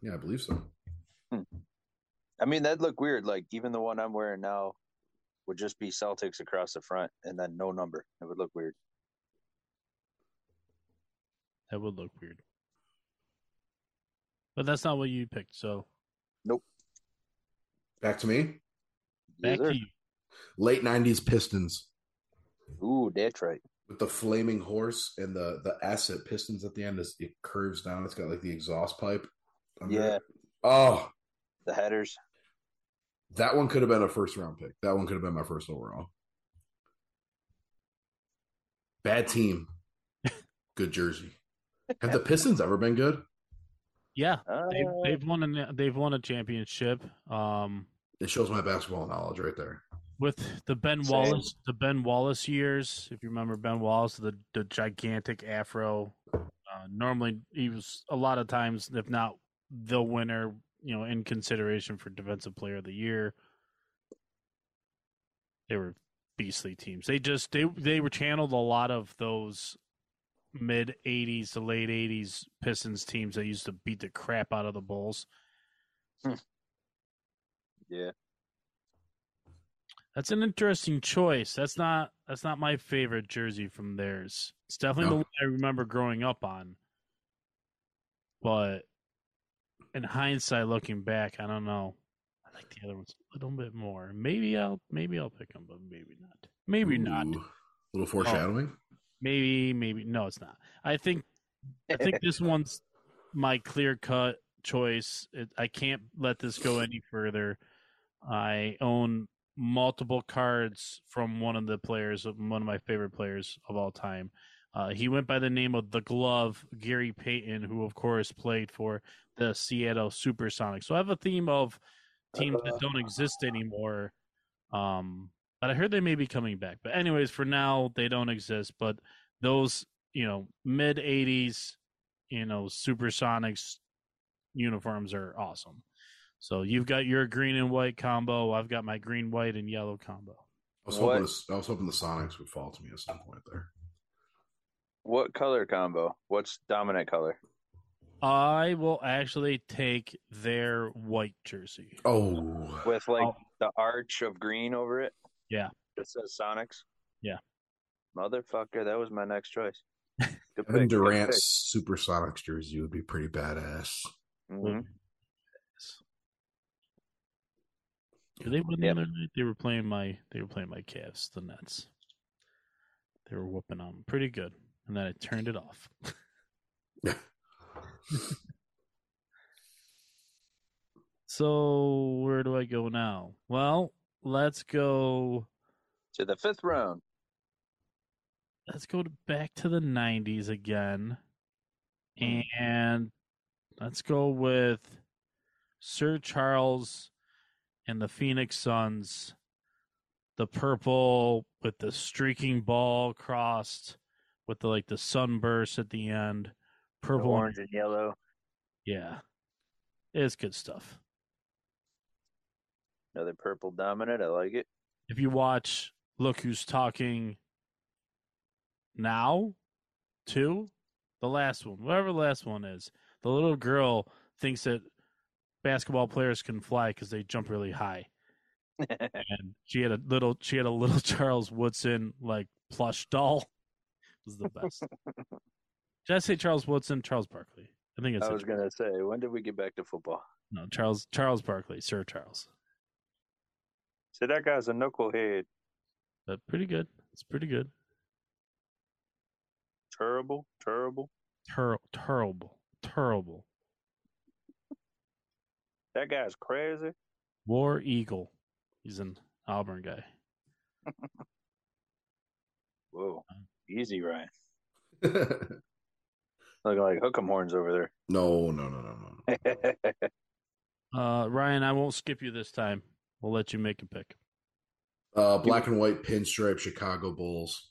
S3: yeah, I believe so.
S2: I mean, that'd look weird. Like, even the one I'm wearing now would just be Celtics across the front and then no number. It would look weird.
S1: That would look weird. But that's not what you picked. So
S3: Back to me.
S1: back
S2: Yes,
S1: to
S2: sir.
S1: you.
S3: Late '90s Pistons
S2: Ooh, that's right.
S3: with the flaming horse and the the S at Pistons at the end is it curves down. It's got like the exhaust pipe. under
S2: Yeah.
S3: it. Oh,
S2: The headers.
S3: that one could have been a first round pick. That one could have been my first overall. Bad team. Good jersey. Have the Pistons ever been good?
S1: Yeah,
S2: Uh,
S1: they've, they've won a they've won a championship. Um,
S3: It shows my basketball knowledge right there.
S1: with the Ben
S2: Same.
S1: Wallace the Ben Wallace years. If you remember Ben Wallace, the the gigantic afro. Uh, normally, he was a lot of times, if not the winner, you know, in consideration for Defensive Player of the Year. They were beastly teams. They just they they were channeled a lot of those mid '80s to late '80s Pistons teams that used to beat the crap out of the Bulls.
S2: yeah.
S1: That's an interesting choice. That's not that's not my favorite jersey from theirs. It's definitely the
S3: No.
S1: one I remember growing up on. But in hindsight, looking back, I don't know. I like the other ones a little bit more. Maybe I'll maybe I'll pick them, but maybe not. Maybe not.
S3: Ooh,
S2: Oh.
S3: little foreshadowing.
S1: Maybe maybe no, it's not. I think
S2: Uh,
S1: I think this one's my clear cut choice. It, I can't let this go any further. I own multiple cards from one of the players, one of my favorite players of all time. Uh, he went by the name of the Glove, Gary Payton, who of course played for the Seattle Supersonics. So I have a theme of teams that don't exist anymore. Um, but I heard they may be coming back. But anyways, for now they don't exist. But those, you know, mid '80s, you know, Supersonics uniforms are awesome. So you've got your green and white combo. I've got my green, white, and yellow combo.
S3: I was hoping
S2: What?
S3: the, I was hoping the Sonics would fall to me at some point there.
S2: What color combo? What's dominant color?
S1: I will actually take their white jersey.
S3: Oh,
S2: With like
S1: Oh.
S2: the arch of green over it?
S1: Yeah.
S2: It says Sonics?
S1: Yeah.
S2: Motherfucker, that was my next choice. Good pick,
S3: Kevin
S2: good
S3: Durant's Super Sonics jersey would be pretty badass.
S2: pick.
S1: Mm-hmm.
S2: Mhm.
S1: Did they win the
S2: Yep.
S1: other night? They were playing my they were playing my Cavs, the Nets. They were whooping on 'em pretty good, and then I turned it off. so where do I go now? Well, let's go.
S2: To the fifth round.
S1: Let's go to, back to the '90s again,
S2: Mm.
S1: and let's go with Sir Charles and the Phoenix Suns. The purple with the streaking ball crossed, with the like the sunburst at the end.
S2: The
S1: Purple, and
S2: orange and yellow.
S1: Yeah. It's good stuff.
S2: Another purple dominant. I like it.
S1: If you watch Look Who's Talking Now, two, the last one, whatever the last one is, the little girl thinks that basketball players can fly because they jump really high. and she had a little she had a little Charles Woodson like plush doll. It was the best. Did I say Charles Woodson? Charles Barkley. I think it's
S2: I was gonna say, when did we get back to football?
S1: no Charles Charles Barkley, Sir Charles.
S2: So that guy's a knucklehead.
S1: But pretty good. It's pretty good.
S2: Terrible, terrible.
S1: Ter- terrible, terrible.
S2: That guy's crazy.
S1: War Eagle. He's an Auburn guy.
S2: Whoa,
S1: Uh-huh.
S2: easy, Ryan.
S3: no,
S2: Looking like hook'em horns over
S3: no, no, no, no.
S2: there.
S1: Uh, Ryan, I won't skip you this time. We'll let you make a pick.
S3: Uh, black and white pinstripe Chicago Bulls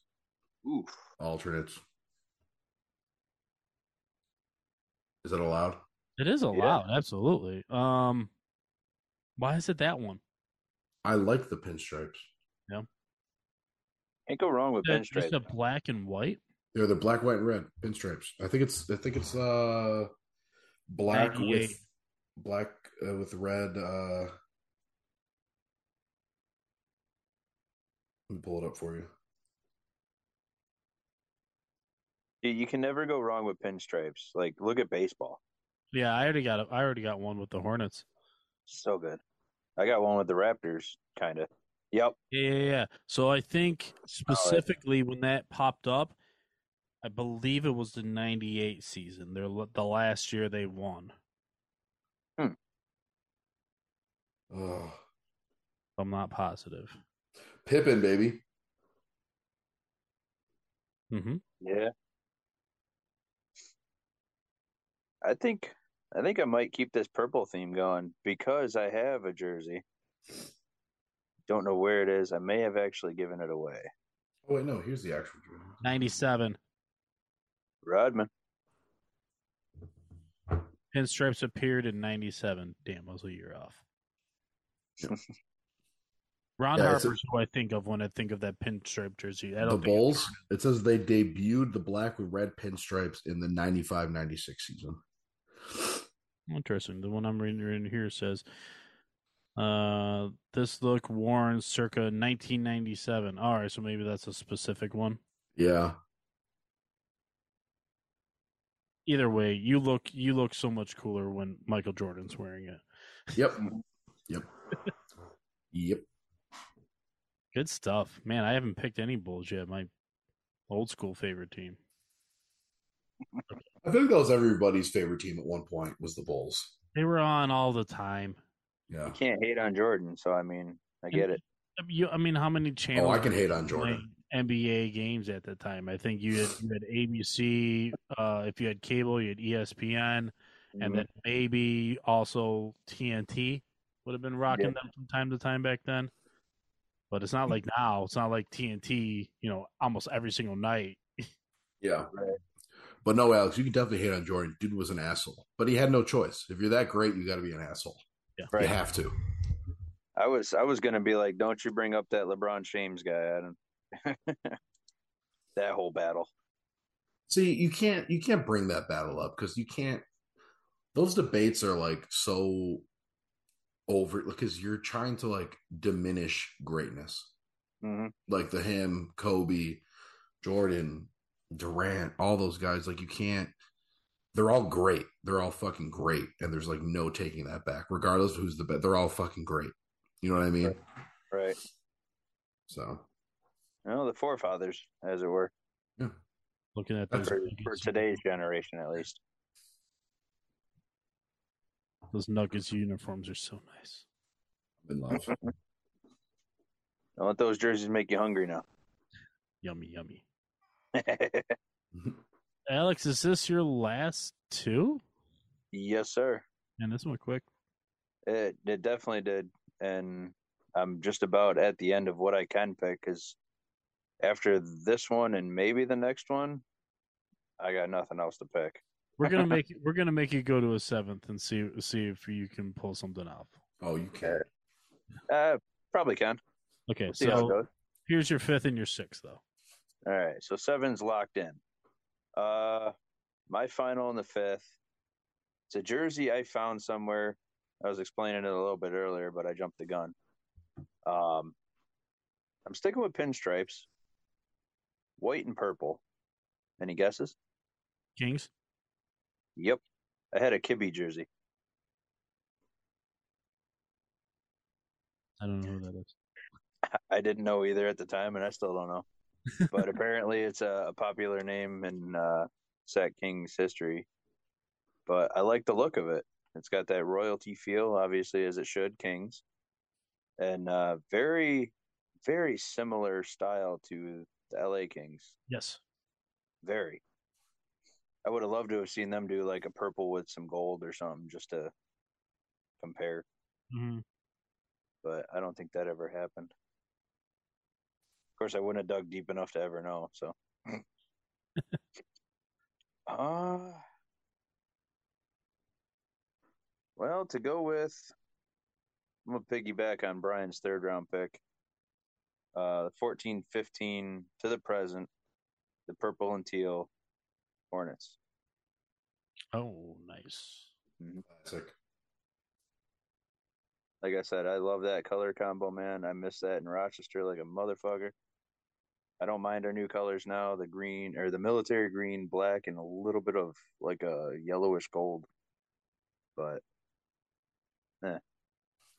S2: Oof.
S3: alternates. Is that allowed?
S1: It is allowed, absolutely. Um, why is it that one?
S3: I like the pinstripes.
S2: Can't go wrong with
S1: Is it Just
S2: pinstripes.
S1: a black and white.
S3: They're the black, white, and red pinstripes. I think it's I think it's uh black
S1: 98.
S3: with black uh, with red. Uh... Let me pull it up for you.
S2: Dude, you can never go wrong with pinstripes. Like, look at baseball.
S1: Yeah, I already got a, I already got one with the Hornets.
S2: So good. I got one with the Raptors, kind of. Yep.
S1: Yeah, yeah, yeah. So I think
S2: Oh,
S1: specifically when that popped up, I believe it was the '98 season. They're the last year they won.
S3: Oh,
S1: I'm not positive.
S3: Pippin, baby.
S1: hmm
S2: Yeah. I think I think I might keep this purple theme going because I have a jersey. Don't know where it is. I may have actually given it away.
S3: Oh wait, no. Here's the actual jersey.
S1: '97
S2: Rodman.
S1: pinstripes appeared in '97. Damn, I was a year off. Ron
S3: Yeah, it's a-
S1: Harper's who I think of when I think of that pinstripe jersey. I don't
S3: The
S1: think it's
S3: Bulls.
S1: Jordan.
S3: It says they debuted the black with red pinstripes in the 95-96 season.
S1: Interesting. The one I'm reading in here says, "Uh, this look worn circa 1997." All right, so maybe that's a specific one.
S3: Yeah.
S1: Either way, you look you look so much cooler when Michael Jordan's wearing it.
S3: Yep. Yep. yep.
S1: Good stuff, man. I haven't picked any Bulls yet. My old school favorite team.
S3: I think that was everybody's favorite team at one point was the Bulls.
S1: They were on all the time.
S3: Yeah.
S2: You can't hate on Jordan, so I mean, I get it.
S1: I mean, You, I mean, how many
S3: Oh,
S1: channels?
S3: I can hate on
S1: were
S3: Jordan.
S1: playing NBA games at the time. I think you had, you had ABC. Uh, if you had cable, you had E ESPN.
S3: Mm-hmm.
S1: and then maybe also TNT would have been rocking
S2: Yeah.
S1: them from time to time back then. But it's not like now. It's not like TNT. You know, almost every single night. uh,
S3: Yeah.
S2: Right.
S3: But no, Alex, you can definitely hate on Jordan. Dude was an asshole, but he had no choice. If you're that great, you got to be an asshole.
S2: right.
S3: You have to.
S2: I was I was gonna be like, don't you bring up that LeBron James guy? I don't. that whole battle.
S3: See, you can't you can't bring that battle up because you can't. Those debates are like so over because you're trying to like diminish greatness,
S2: hmm
S3: like the him, Kobe, Jordan, Durant, all those guys. Like you can't. They're all great. They're all fucking great, and there's like no taking that back, regardless of who's the best. They're all fucking great. You know what I mean?
S2: Right.
S3: So
S2: No, the forefathers, as it were,
S1: Looking at
S3: That's
S1: those,
S2: for,
S1: nuggets,
S2: for today's generation at least.
S1: those Nuggets uniforms are so nice.
S3: I'm in love.
S2: Don't those jerseys make you hungry now.
S1: Yummy, yummy.
S3: Mhm.
S1: Alex, is this your last two?
S2: yes, sir.
S1: Man, this went quick.
S2: It, it definitely did, and I'm just about at the end of what I can pick because after this one and maybe the next one, I got nothing else to pick.
S1: We're gonna make we're gonna make you go to a seventh and see see if you can pull something off.
S3: Oh, you can't.
S2: Uh, probably can.
S1: Okay,
S2: We'll see how it
S1: so
S2: goes.
S1: here's your fifth and your sixth though.
S2: All right, so seven's locked in. Uh, my final in the fifth. It's a jersey I found somewhere. I was explaining it a little bit earlier, but I jumped the gun. Um, I'm sticking with pinstripes, white and purple. Any guesses?
S1: Kings.
S2: Yep, I had a Kibbe jersey.
S1: I don't know who that is.
S2: I didn't know either at the time, and I still don't know. But apparently, it's a, a popular name in uh, Sac King's history. But I like the look of it. It's got that royalty feel, obviously, as it should, Kings, and uh, very, very similar style to the LA Kings.
S1: Yes.
S2: Very. I would have loved to have seen them do like a purple with some gold or something just to compare,
S1: hmm
S2: but I don't think that ever happened. Of course, I wouldn't have dug deep enough to ever know. So, uh, well, to go with, I'm gonna piggyback on Brian's third round pick. Uh, 14, 15 to the present, the purple and teal Hornets.
S1: Oh, nice.
S3: Classic.
S2: Like I said, I love that color combo, man. I miss that in Rochester like a motherfucker. I don't mind our new colors now, the green or the military green, black, and a little bit of like a yellowish gold. but
S3: You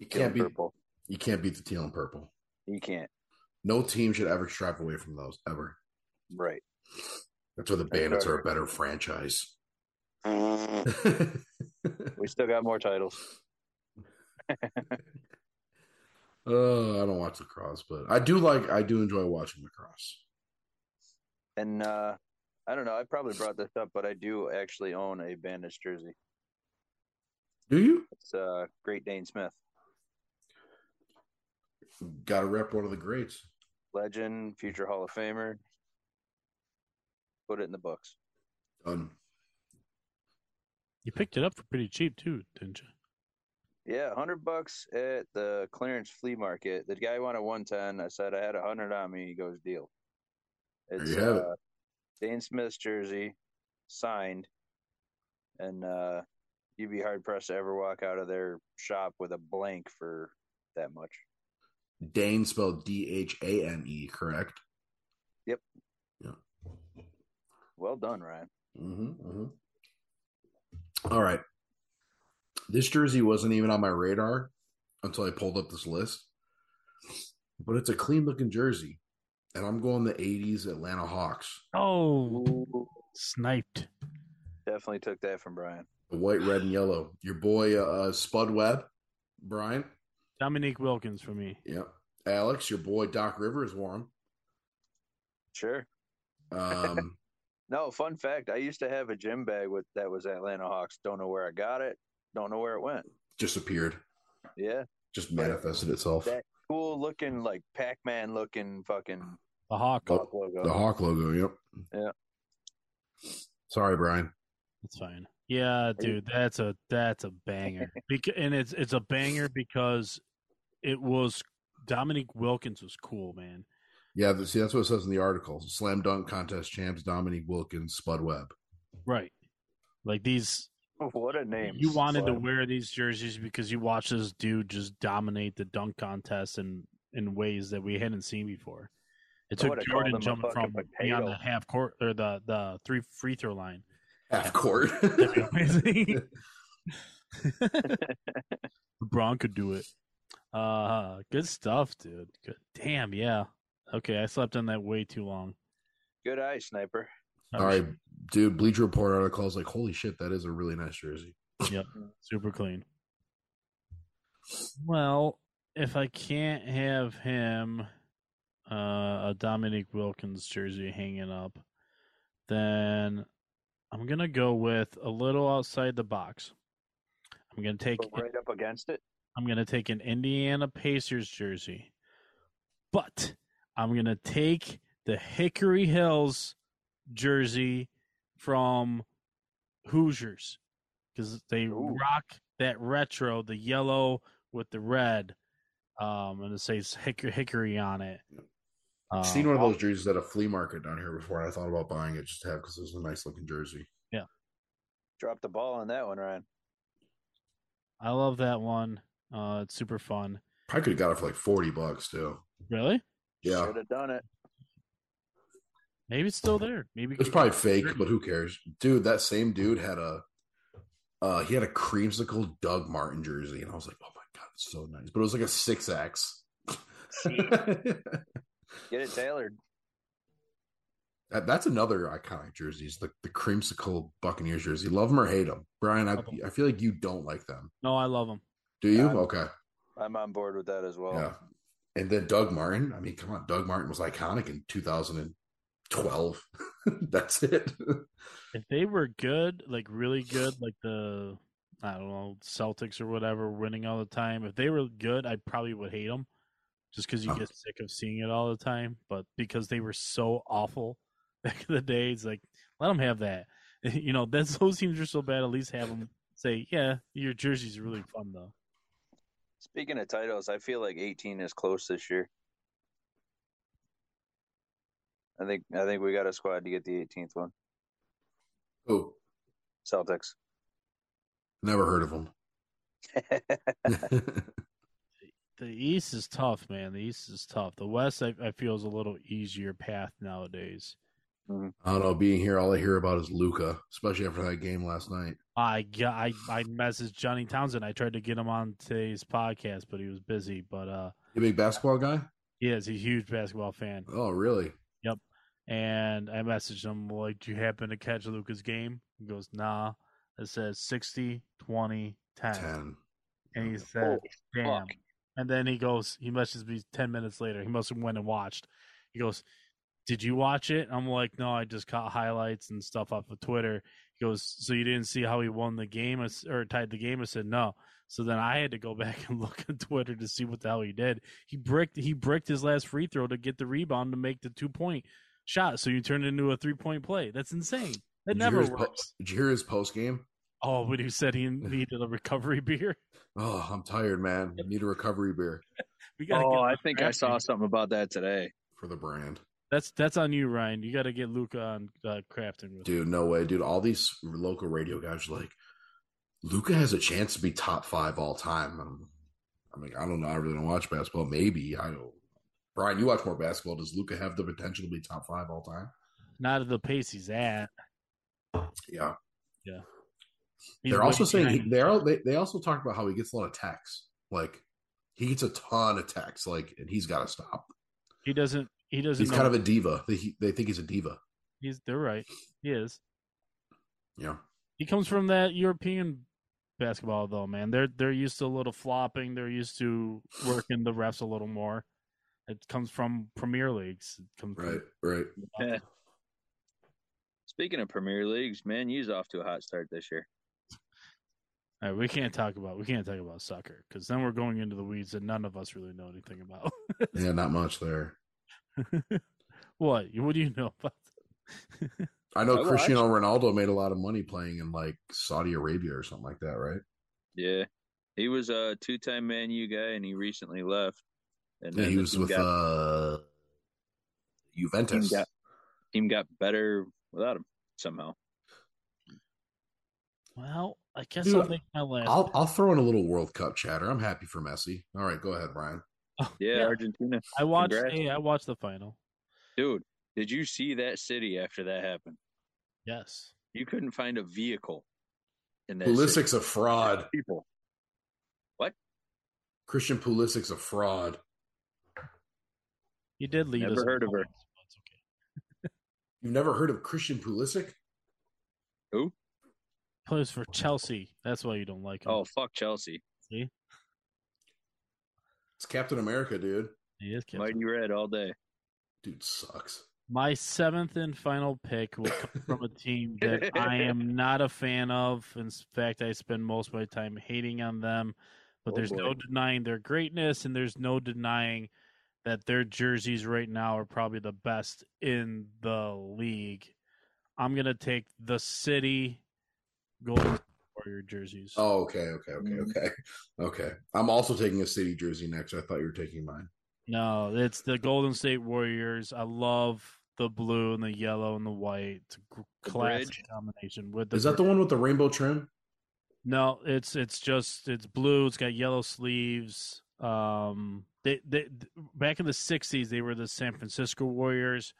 S2: teal
S3: can't
S2: and
S3: beat
S2: purple.
S3: you can't beat the teal and purple.
S2: You can't.
S3: No team should ever strive away from those ever.
S2: Right.
S3: That's why the
S2: That's
S3: Bandits
S2: right.
S3: are a better franchise. Oh,
S2: We still got more titles.
S3: Uh, I don't watch lacrosse, but I do like I do enjoy watching lacrosse.
S2: And uh I don't know, I probably brought this up, but I do actually own a bandage jersey.
S3: Do you?
S2: It's uh Great Dane Smith.
S3: Got to rep one of the greats.
S2: Legend, future Hall of Famer. Put it in the books.
S3: Done.
S1: You picked it up for pretty cheap too, didn't you?
S2: Yeah, hundred bucks at the clearance flea market. The guy wanted one ten. I said I had a hundred on me. He goes, deal.
S3: you
S2: It's
S3: have it.
S2: uh, Dane Smith's jersey, signed, and uh, you'd be hard pressed to ever walk out of their shop with a blank for that much.
S3: Dane spelled D H A N E, correct?
S2: Yep.
S3: Yeah.
S2: Well done, Ryan.
S3: Mm-hmm, All right. This jersey wasn't even on my radar until I pulled up this list, but it's a clean looking jersey, and I'm going the '80s Atlanta Hawks,
S1: Oh, sniped.
S2: Definitely took that from Brian.
S3: the white, red, and yellow. Your boy uh, uh, Spud Webb, Brian.
S1: Dominique Wilkins for me.
S3: Yep. Alex, your boy Doc Rivers wore 'em.
S2: Sure.
S3: Um,
S2: No, fun fact. I used to have a gym bag with that was Atlanta Hawks. Don't know where I got it. Don't know where it went.
S3: just appeared,
S2: Yeah.
S3: just manifested itself.
S2: That cool looking, like Pac Man looking fucking
S1: The Hawk.
S3: Oh.
S2: Hawk logo.
S3: The Hawk logo. Yep.
S2: Yeah.
S3: Sorry, Brian.
S1: That's fine. Yeah,
S2: you-
S1: dude, that's a that's a banger. Bec- and it's it's a banger because it was Dominique Wilkins was cool, man.
S3: Yeah, th- see, that's what it says in the article. Slam dunk contest champs Dominique Wilkins, Spud Webb.
S1: Right. Like these
S2: What a name.
S1: you wanted to
S2: Fun.
S1: wear these jerseys because you watched this dude just dominate the dunk contest in in ways that we hadn't seen before. It
S2: I
S1: took
S2: would've called him
S1: Jordan
S2: a
S1: jumping
S2: fucking
S1: from beyond the
S2: potato.
S1: half court or the the three free throw line.
S3: Half court.
S1: That'd be amazing. LeBron could do it. Uh, good stuff, dude. Good. Damn, yeah. Okay, I slept on that way too long.
S2: Good eye, sniper.
S3: All right, dude. Bleacher Report article is like, holy shit, that is a really nice jersey.
S1: Super clean. Well, if I can't have him uh, a Dominique Wilkins jersey hanging up, then I'm gonna go with a little outside the box. I'm gonna take
S2: But right up against it.
S1: I'm gonna take an Indiana Pacers jersey, but I'm gonna take the Hickory Hills jersey from Hoosiers because they
S2: Ooh.
S1: rock that retro, the yellow with the red, um, and it says Hickory, Hickory on it.
S3: I've
S1: Um,
S3: seen one of those jerseys at a flea market down here before, and I thought about buying it just to have because it was a nice looking jersey.
S2: Drop the ball on that one, Ryan.
S1: I love that one. Uh, it's super fun.
S3: Probably could have got it for like forty bucks too.
S1: Really?
S3: Yeah,
S2: Should have done it.
S1: Maybe it's still there. Maybe
S3: it was probably fake, but who cares, dude? That same dude had a, uh, he had a creamsicle Doug Martin jersey, and I was like, oh my god, it's so nice. But it was like a six X.
S2: Get it tailored.
S3: That, that's another iconic jersey is the, the creamsicle Buccaneers jersey. Love them or hate them. Brian, I,
S1: Love 'em.
S3: I feel like you don't like them.
S1: no, I love them.
S3: Do you?
S2: Um,
S3: okay.
S2: I'm on board with that as well.
S3: yeah. And then Doug Martin. I mean, come on. Doug Martin was iconic in 2012. that's it.
S1: if they were good, like really good, like the I don't know Celtics or whatever, winning all the time. If they were good, I probably would hate them, just because you
S3: Oh.
S1: get sick of seeing it all the time. But because they were so awful back in the day, it's like let them have that. You know, that's those teams are so bad. At least have them say, yeah, your jersey's really fun though.
S2: Speaking of titles, I feel like 18 is close this year. I think I think we got a squad to get the 18th one.
S3: Oh,
S2: Celtics.
S3: never heard of them.
S1: The East is tough, man. The East is tough. The West, I, I feel, is a little easier path nowadays.
S2: Mhm.
S3: I don't know. Being here, all I hear about is Luca, especially after that game last night.
S1: I got I, I messaged Johnny Townsend. I tried to get him on today's podcast, but he was busy. But uh
S3: You a big basketball guy?
S1: he is he's a huge basketball fan.
S3: Oh, really?
S1: And I messaged him like, "Do you happen to catch Luca's game?" He goes, "Nah." It says 60, 20, 10.
S3: Ten.
S1: and he
S2: Oh,
S1: said, "Damn!"
S2: fuck.
S1: And then he goes, he messages me ten minutes later. He must have went and watched. He goes, "Did you watch it?" I'm like, "No, I just caught highlights and stuff off of Twitter." He goes, "So you didn't see how he won the game I s- or tied the game?" I said, "No." So then I had to go back and look at Twitter to see what the hell he did. He bricked he bricked his last free throw to get the rebound to make the two point shot. So you turn it into a three point play. That's insane. That
S3: Did you
S1: never
S3: hear his po-
S1: works.
S3: Did you hear his post game?
S1: Oh, when he said he needed a recovery beer,
S3: Oh, I'm tired, man. I need a recovery beer
S1: we got.
S2: Oh, I think I saw something about that today.
S3: for the brand.
S1: That's that's on you, Ryan. You got to get Luca on uh, crafting with.
S3: Dude, no way, dude. All these local radio guys are like, Luca has a chance to be top five all time. I'm, I'm like, I don't know. I really don't watch basketball. Maybe I don't. Brian, you watch more basketball. Does Luca have the potential to be top five all time?
S1: Not at the pace he's at.
S3: Yeah.
S1: He's
S3: they're also
S1: way
S3: saying
S1: behind.
S3: he, they're all- they they also talk about how he gets a lot of texts. Like he gets a ton of texts. Like and he's got to stop.
S1: he doesn't. He doesn't.
S3: He's
S1: know.
S3: kind of a diva. They he, they think he's a diva.
S1: he's. They're right. He is.
S3: Yeah.
S1: He comes from that European basketball though, man. They're they're used to a little flopping. They're used to working the refs a little more. It comes from Premier Leagues. It comes from-
S3: Right. Right.
S2: Yeah. Speaking of Premier Leagues, man, you's off to a hot start this year.
S1: All right, we can't talk about we can't talk about soccer because then we're going into the weeds that none of us really know anything about.
S3: Yeah. Not much there.
S1: what? What do you know about?
S3: I know
S2: I watched.
S3: Cristiano Ronaldo made a lot of money playing in like Saudi Arabia or something like that, right?
S2: Yeah, he was a two-time Man U guy, and he recently left. And
S3: Yeah,
S2: then
S3: he
S2: the
S3: was
S2: team
S3: with
S2: got,
S3: uh Juventus.
S2: Team got- team got better without him somehow.
S1: Well, I guess
S3: Dude,
S1: I'll make my last.
S3: I'll I'll throw in a little World Cup chatter. I'm happy for Messi. All right, go ahead, Brian.
S1: Oh,
S2: Yeah, Argentina,
S1: I watched.
S2: congrats.
S1: Hey, I watched the final.
S2: dude. Did you see that city after that happened?
S1: Yes,
S2: You couldn't find a vehicle in that. city.
S3: Pulisic's a fraud.
S2: people.
S3: Christian Pulisic's a fraud.
S1: you did lead
S2: Never
S1: us. in
S2: heard of her.
S1: points, but it's okay.
S3: You've never heard of Christian Pulisic?
S1: Plays for Chelsea. That's why you don't like him.
S2: Oh fuck, Chelsea,
S1: see,
S3: It's Captain America, dude.
S1: he is captain.
S2: mighty red all day.
S3: Dude sucks.
S1: My seventh and final pick will come from a team that I am not a fan of. In fact, I spend most of my time hating on them. But
S2: Oh,
S1: there's
S2: boy.
S1: no denying their greatness, and there's no denying that their jerseys right now are probably the best in the league. I'm gonna take the city Golden State Warrior jerseys.
S3: Oh, okay, okay, okay, okay. Okay. I'm also taking a city jersey next. I thought you were taking mine.
S1: No, it's the Golden State Warriors. I love the blue and the yellow and the white. It's a gr-
S2: The
S1: classic
S2: bridge?
S1: combination with the
S3: Is that the one with the rainbow trim?
S1: No, it's it's just it's blue. It's got yellow sleeves. Um, they they back in the '60s they were the San Francisco Warriors,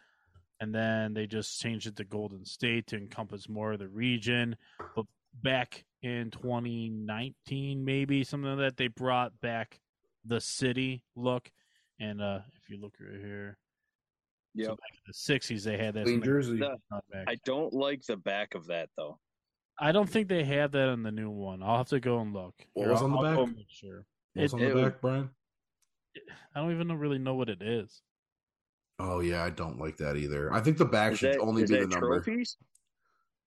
S1: and then they just changed it to Golden State to encompass more of the region. But back in 2019, maybe something like that, they brought back the city look. And uh, if you look right here,
S2: Yeah,
S1: so back in the '60s they had that.
S3: Clean jersey.
S2: No.
S1: back.
S2: I don't like the back of that though.
S1: I don't think they have that on the new one. I'll have to go and look.
S3: What
S1: Here,
S3: was
S1: I'll-
S3: on the
S1: I'll go
S3: back?
S1: make sure.
S3: What's
S1: It-
S3: on the
S2: it
S3: back, Brian?
S1: I don't even know- really know what it is.
S3: Oh yeah, I don't like that either. I think the back
S2: Is
S3: should
S2: that-
S3: only
S2: is
S3: be
S2: that
S3: the number.
S2: trophies?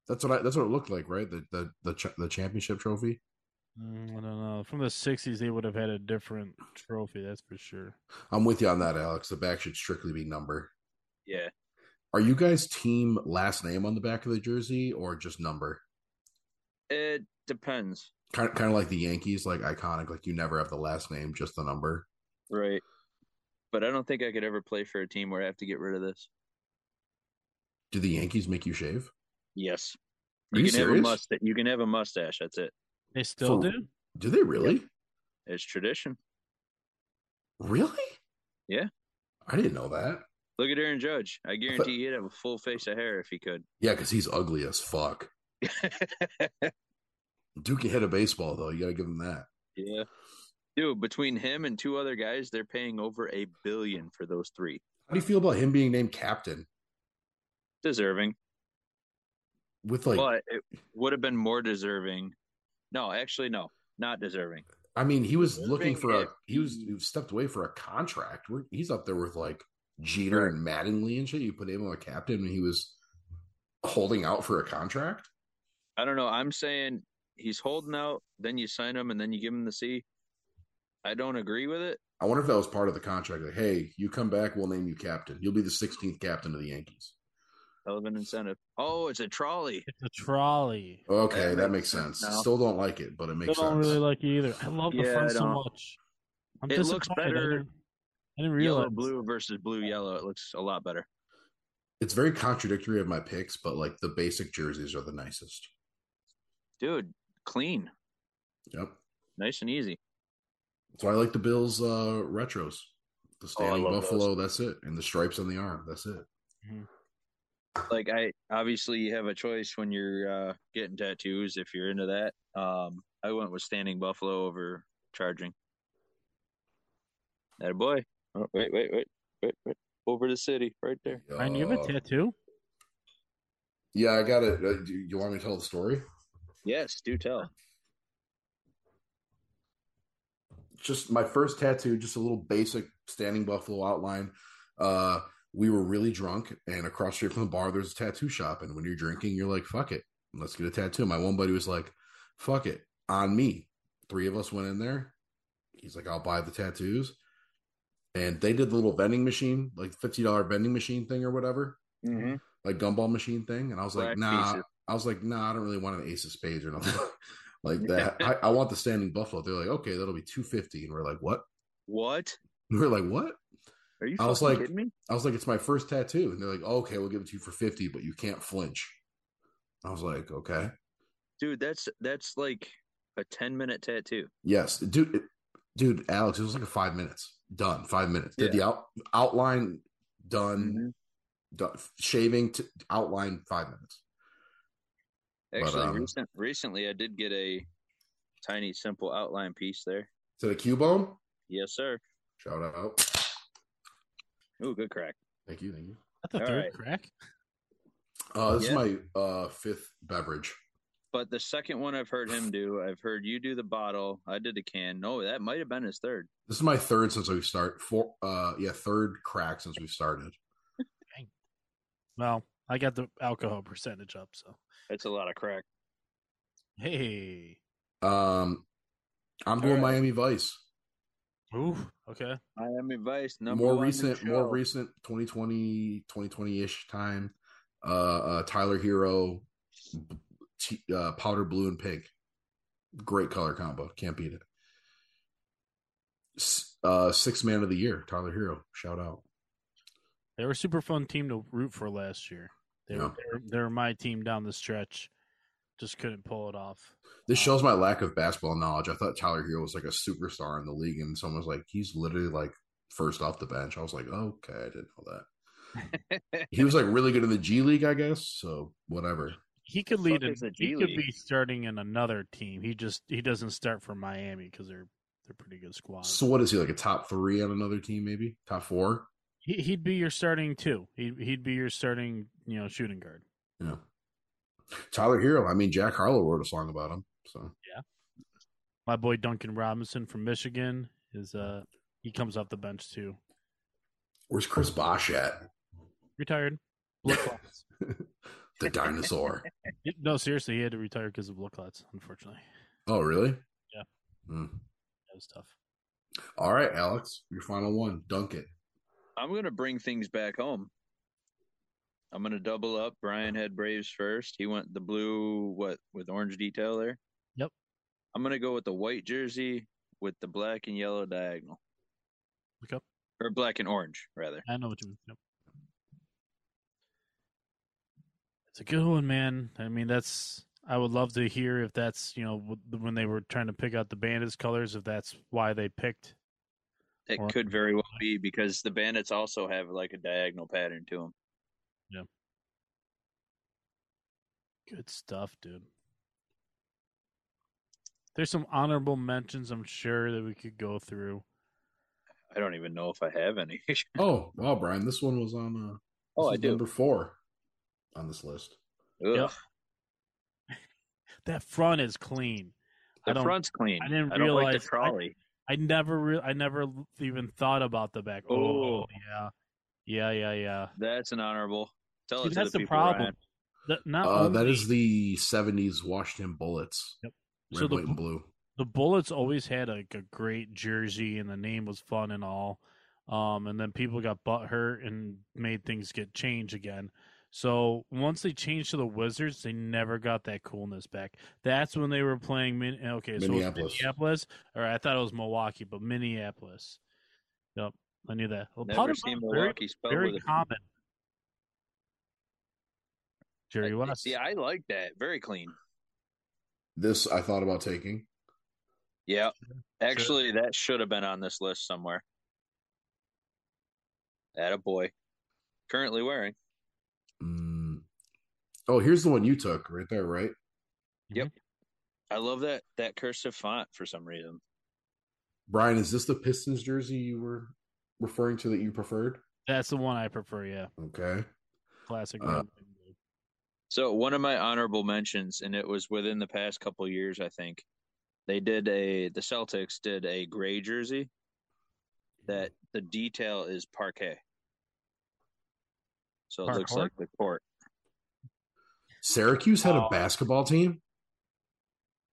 S3: That's what I, that's what it looked like, right? The the the, ch- the championship trophy.
S1: Mm, I don't know. From the '60s, they would have had a different trophy. That's for sure.
S3: I'm with you on that, Alex. The back should strictly be number.
S2: Yeah,
S3: Are you guys team last name on the back of the jersey or just number?
S2: it depends,
S3: Kind of, kind of like the Yankees, like iconic, like you never have the last name, just the number.
S2: right? But I don't think I could ever play for a team where I have to get rid of this.
S3: Do the Yankees make you shave?
S2: Yes,
S3: Are you
S2: can have a
S3: serious?
S2: mustache. You can have a mustache. That's it.
S1: They still
S3: For-
S1: do.
S3: Do they really?
S2: It's tradition.
S3: Really?
S2: Yeah.
S3: I didn't know that.
S2: Look at Aaron Judge. I guarantee he'd have a full face of hair if he could.
S3: Yeah, because he's ugly as fuck. Duke can hit a baseball though. You got to give him that.
S2: yeah. Dude, between him and two other guys, they're paying over a billion for those three.
S3: How do you feel about him being named captain
S2: Deserving.
S3: with like?
S2: but it would have been more deserving. No, actually, no, not deserving.
S3: I mean, he was
S2: Irving
S3: looking for a
S2: and-
S3: he was he stepped away for a contract. We're, he's up there with like Jeter and Mattingly and shit. You put him on a captain, and he was holding out for a contract.
S2: I don't know. I'm saying he's holding out. Then you sign him, and then you give him the C. I don't agree with it.
S3: I wonder if that was part of the contract. Like, hey, you come back, we'll name you captain. You'll be the 16th captain of the Yankees.
S2: Hell of an incentive. Oh, it's a trolley.
S1: It's a trolley.
S3: Okay,
S2: That
S3: that
S2: makes
S3: makes
S2: sense
S3: sense.
S2: now.
S3: Still don't like it, but it
S1: I
S3: makes
S1: don't
S3: sense.
S1: really like it either. I love the
S2: Yeah, I
S1: fun so
S2: don't.
S1: much. I'm
S2: It looks
S1: disappointed. I
S2: better
S1: didn't, I didn't realize.
S2: Yellow blue versus blue yellow. It looks a lot better.
S3: it's very contradictory of my picks, but like the basic jerseys are the nicest.
S2: Dude, clean,
S3: Yep.
S2: nice and easy.
S3: So I like the Bills uh retros. The standing
S2: love
S3: buffalo, that's it. And the stripes on the arm, that's it.
S2: Like I obviously you have a choice when you're uh, getting tattoos if you're into that. Um, I went with standing buffalo over charging. That boy. Oh, wait, wait, wait, wait, wait. Over the city, right there.
S1: Ryan, you have
S2: Oh.
S3: Uh,
S1: a tattoo?
S3: Yeah, I got it. Uh, do you want me to tell the story?
S2: Yes, do tell.
S3: Just my first tattoo, just a little basic standing buffalo outline. Uh, we were really drunk, and across the street from the bar, there's a tattoo shop. And when you're drinking, you're like, "Fuck it, let's get a tattoo." My one buddy was like, "Fuck it, on me." Three of us went in there. He's like, "I'll buy the tattoos," and they did the little vending machine, like fifty dollar vending machine thing or whatever,
S2: Mm-hmm.
S3: like gumball machine thing. And I was
S2: Black
S3: like, "Nah,
S2: pieces.
S3: I was like, nah, I don't really want an ace of spades or nothing like that. I, I want the standing buffalo. They're like, okay, that'll be two fifty. And we're like, what?
S2: What?
S3: And we're like, what?
S2: Are you
S3: I
S2: fucking
S3: was like-
S2: kidding me?
S3: I was like, it's my first tattoo. And they're like, okay, we'll give it to you for fifty, but you can't flinch. I was like, okay,
S2: Dude, that's that's like a ten minute tattoo.
S3: yes, dude, it- dude, Alex, it was like a five minutes done, five minutes. Did the out, outline done,
S2: Mm-hmm.
S3: done shaving to outline five minutes. But,
S2: Actually,
S3: um,
S2: recent, recently I did get a tiny simple outline piece there.
S3: To the Cubone,
S2: Yes, sir.
S3: shout out.
S2: Ooh, good crack.
S3: Thank you, thank you.
S1: That's a
S2: all
S1: third
S2: right.
S1: crack.
S3: Uh, this
S2: Yeah.
S3: is my uh, fifth beverage.
S2: But the second one I've heard him do, I've heard you do the bottle. I did the can. No, that might have been his third.
S3: This is my third since we start four uh yeah, third crack since we started.
S1: Well, I got the alcohol percentage up, so
S2: That's a lot of crack.
S1: hey.
S3: Um I'm doing
S2: All right.
S3: Miami Vice.
S1: Ooh, okay.
S2: Miami Vice, number
S3: more
S2: one in
S3: recent, more
S2: show.
S3: recent 2020, 2020-ish time. Uh uh Tyler Hero b- t- uh, powder blue and pink. Great color combo. Can't beat it. S- uh six man of the year, Tyler Hero. Shout out.
S1: They were a super fun team to root for last year. They, were,
S3: Yeah.
S1: they were they were my team down the stretch. Just couldn't pull it off.
S3: This shows my lack of basketball knowledge. I thought Tyler Hero was like a superstar in the league, and someone was like, he's literally like first off the bench. I was like, okay, I didn't know that. he was like really good in the G League, I guess. So whatever.
S1: He could
S2: The
S1: lead
S2: fuck
S1: in,
S2: is the
S1: he
S2: G
S1: could
S2: League?
S1: be starting in another team. He just he doesn't start for Miami because they're they're pretty good squad.
S3: So what is he like a top three on another team, maybe top four?
S1: He, he'd be your starting two. He he'd be your starting you know shooting guard.
S3: Yeah. Tyler Hero. I mean, Jack Harlow wrote a song about him. So
S1: My boy Duncan Robinson from Michigan is uh he comes off the bench too.
S3: where's Chris Bosch at?
S1: Retired. Blood clots.
S3: The dinosaur.
S1: no, seriously, he had to retire because of blood clots. Unfortunately,
S3: oh, really?
S1: Yeah.
S3: Hmm.
S1: that was tough.
S3: All right, Alex, your final one. Dunk it.
S2: I'm gonna bring things back home. I'm gonna double up. Brian had Braves first. He went the blue, what with orange detail there.
S1: Yep.
S2: I'm gonna go with the white jersey with the black and yellow diagonal,
S1: Okay,
S2: or black and orange rather.
S1: I know what you mean. Yep. It's a good one, man. I mean, that's I would love to hear if that's you know wh- when they were trying to pick out the bandits colors, if that's why they picked
S2: That
S1: Orange.
S2: could very well be because the bandits also have like a diagonal pattern to them.
S1: Good stuff, dude. There's some honorable mentions I'm sure that we could go through.
S2: I don't even know if I have any.
S3: Oh, wow, Brian. This one was on uh this
S2: oh, I
S3: is
S2: do.
S3: number four on this list.
S2: Ugh.
S1: Yep. That front is clean. I
S2: The
S1: don't-
S2: front's clean.
S1: I didn't
S2: I don't like
S1: realize-
S2: the trolley.
S1: I never re- I never l- even thought about the back. Oh,
S2: Oh.
S1: yeah. Yeah, yeah, yeah.
S2: That's an honorable. Tell
S1: See,
S2: it to
S1: that's
S2: Oh, the,
S1: the
S2: people,
S1: problem.
S2: Ryan.
S1: That, not
S3: Uh, that
S1: only-
S3: is the '70s Washington Bullets, red,
S1: so the,
S3: white, and blue.
S1: the Bullets always had like a great jersey and the name was fun and all. Um, and then people got butthurt and made things get changed again. So once they changed to the Wizards, they never got that coolness back. That's when they were playing. Min- okay, so it was
S3: Minneapolis.
S1: Minneapolis. All right, I thought it was Milwaukee, but Minneapolis. Yep, I knew that. Well,
S2: Never
S1: Powder
S2: seen
S1: Puff, very,
S2: Milwaukee spelled
S1: very
S2: with a-
S1: common. Jerry
S2: I-
S1: West.
S2: See, I like that. Very clean.
S3: This I thought about taking.
S2: Yeah. Actually, that should have been on this list somewhere. That a boy. Currently wearing.
S3: Mm. Oh, here's the one you took right there, right?
S2: I love that that cursive font for some reason.
S3: Brian, is this the Pistons jersey you were referring to that you preferred?
S1: That's the one I prefer. Yeah,
S3: Okay.
S1: classic.
S3: Uh,
S2: So one of my honorable mentions, and it was within the past couple years, I think. They did a the Celtics did a gray jersey that the detail is parquet. So it looks
S1: Parkour?
S2: like the court.
S3: Syracuse had
S1: Oh.
S3: a basketball team.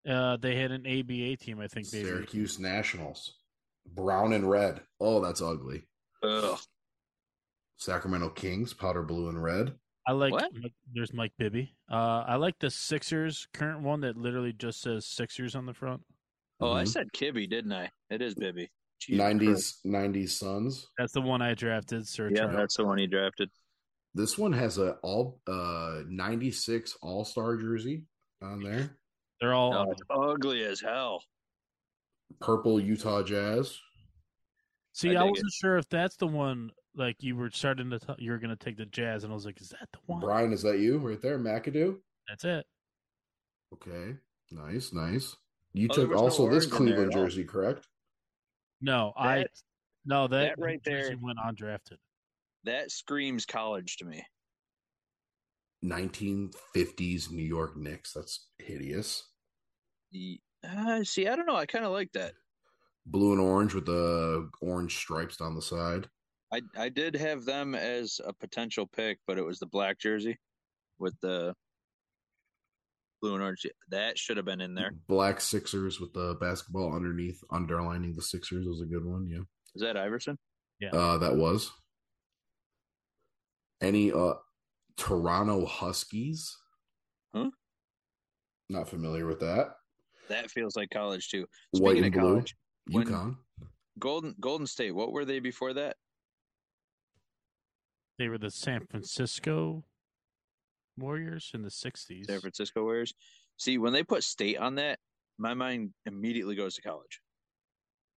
S1: Uh, they had an ABA team, I think. They
S3: Syracuse Nationals, brown and red. Oh, that's ugly.
S2: Ugh.
S3: Sacramento Kings, powder blue and red.
S1: I like.
S2: What?
S1: Mike- There's Mike Bibby. Uh, I like the Sixers current one that literally just says Sixers on the front.
S2: Oh, I
S3: Mhm.
S2: said Kibby, didn't I? It is Bibby. Jesus Christ.
S3: '90s '90s Suns.
S1: That's the one I drafted. Sir
S2: Yeah,
S1: Charles.
S2: that's the one he drafted.
S3: This one has a all uh '96 All Star jersey on there.
S1: they're all.
S2: Oh, it's ugly as hell.
S3: Purple Utah Jazz.
S1: See,
S2: I
S1: I,
S2: dig
S1: wasn't sure if that's the one. Like you were starting to, t- you were gonna take the Jazz, and I was like, is that the one?
S3: Brian, is that you right there? McAdoo.
S1: That's it.
S3: Okay, nice, nice. You
S2: Oh, there
S3: took
S2: was no
S3: also
S2: orange
S3: this
S2: in there
S3: Cleveland
S2: at all.
S3: jersey, correct?
S1: No, I.
S2: That,
S1: No, that,
S2: that right
S1: jersey
S2: there.
S1: went undrafted.
S2: that screams college to me.
S3: 1950s New York Knicks. That's hideous.
S2: Ye- Uh, see, I don't know. I kind of like that.
S3: Blue and orange with the orange stripes down the side.
S2: I I did have them as a potential pick, but it was the black jersey with the blue and orange. That should have been in there.
S3: Black Sixers with the basketball underneath, underlining the Sixers was a good one. Yeah.
S2: Is that Iverson?
S1: Yeah.
S3: Uh, that was. Any uh Toronto Huskies?
S2: Huh?
S3: Not familiar with that.
S2: That feels like college too.
S3: White
S2: Speaking
S3: and
S2: of
S3: blue.
S2: college, when-
S3: UConn.
S2: Golden Golden State. What were they before that?
S1: They were the San Francisco Warriors in the '60s.
S2: San Francisco Warriors. See, when they put state on that, my mind immediately goes to college.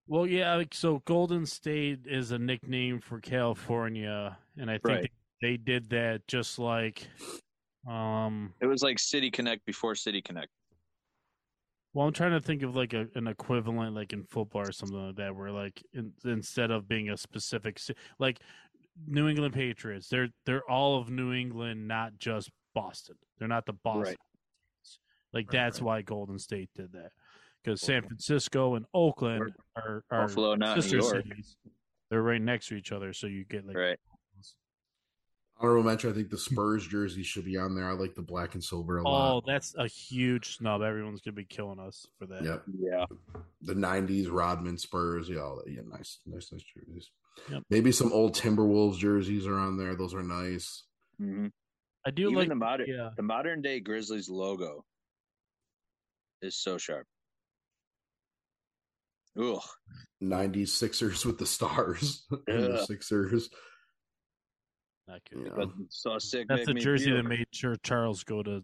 S1: Well, yeah. like, So Golden State is a nickname for California, and I think
S2: Right.
S1: they, they did that just like, um.
S2: It was like City Connect before City Connect.
S1: Well, I'm trying to think of like a, an equivalent, like in football or something like that, where like in, instead of being a specific, ci- like New England Patriots, they're they're all of New England, not just Boston. They're not the Boston.
S2: Right.
S1: Patriots. Like
S3: Right,
S1: that's
S3: right.
S1: why Golden State did that because San Francisco and Oakland are, are
S2: Buffalo, not New
S1: sister
S2: York.
S1: cities. They're right next to each other, so you get like
S2: Right.
S3: Honorable mention, I think the Spurs jersey should be on there. I like the black and silver a
S1: Oh,
S3: lot.
S1: that's a huge snub. Everyone's gonna be killing us for that.
S3: Yep.
S2: Yeah.
S3: The '90s Rodman Spurs, yeah, all that- yeah, nice, nice, nice jerseys.
S1: Yep.
S3: Maybe some old Timberwolves jerseys are on there. Those are nice.
S2: hmm
S1: I do
S2: Even
S1: like.
S2: the modern
S1: yeah,
S2: the modern day Grizzlies logo is so sharp. Ugh.
S3: '90s Sixers with the stars. and the
S2: Yeah.
S3: Sixers.
S1: not good.
S3: Yeah.
S2: But so sick.
S1: That's
S2: make
S1: the
S2: me
S1: jersey
S2: feel.
S1: that made sure Charles go to